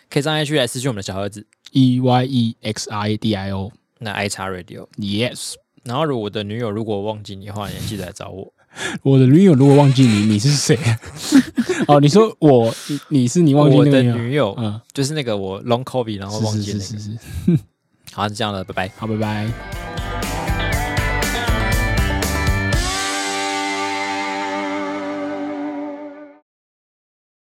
可以上 IG 来私讯我们的小盒子， E Y E X I D I O。那 i x radio。 Yes，然后，如果我的女友如果忘记你的话，也记得来找我。我的女友如果忘记你，你是谁？ 哦，你说我，你你是你忘记我那个的女友？女友、嗯，就是那个我 long covid，然后忘是记那是个。是是是。好，是这样了，拜拜。好，拜拜。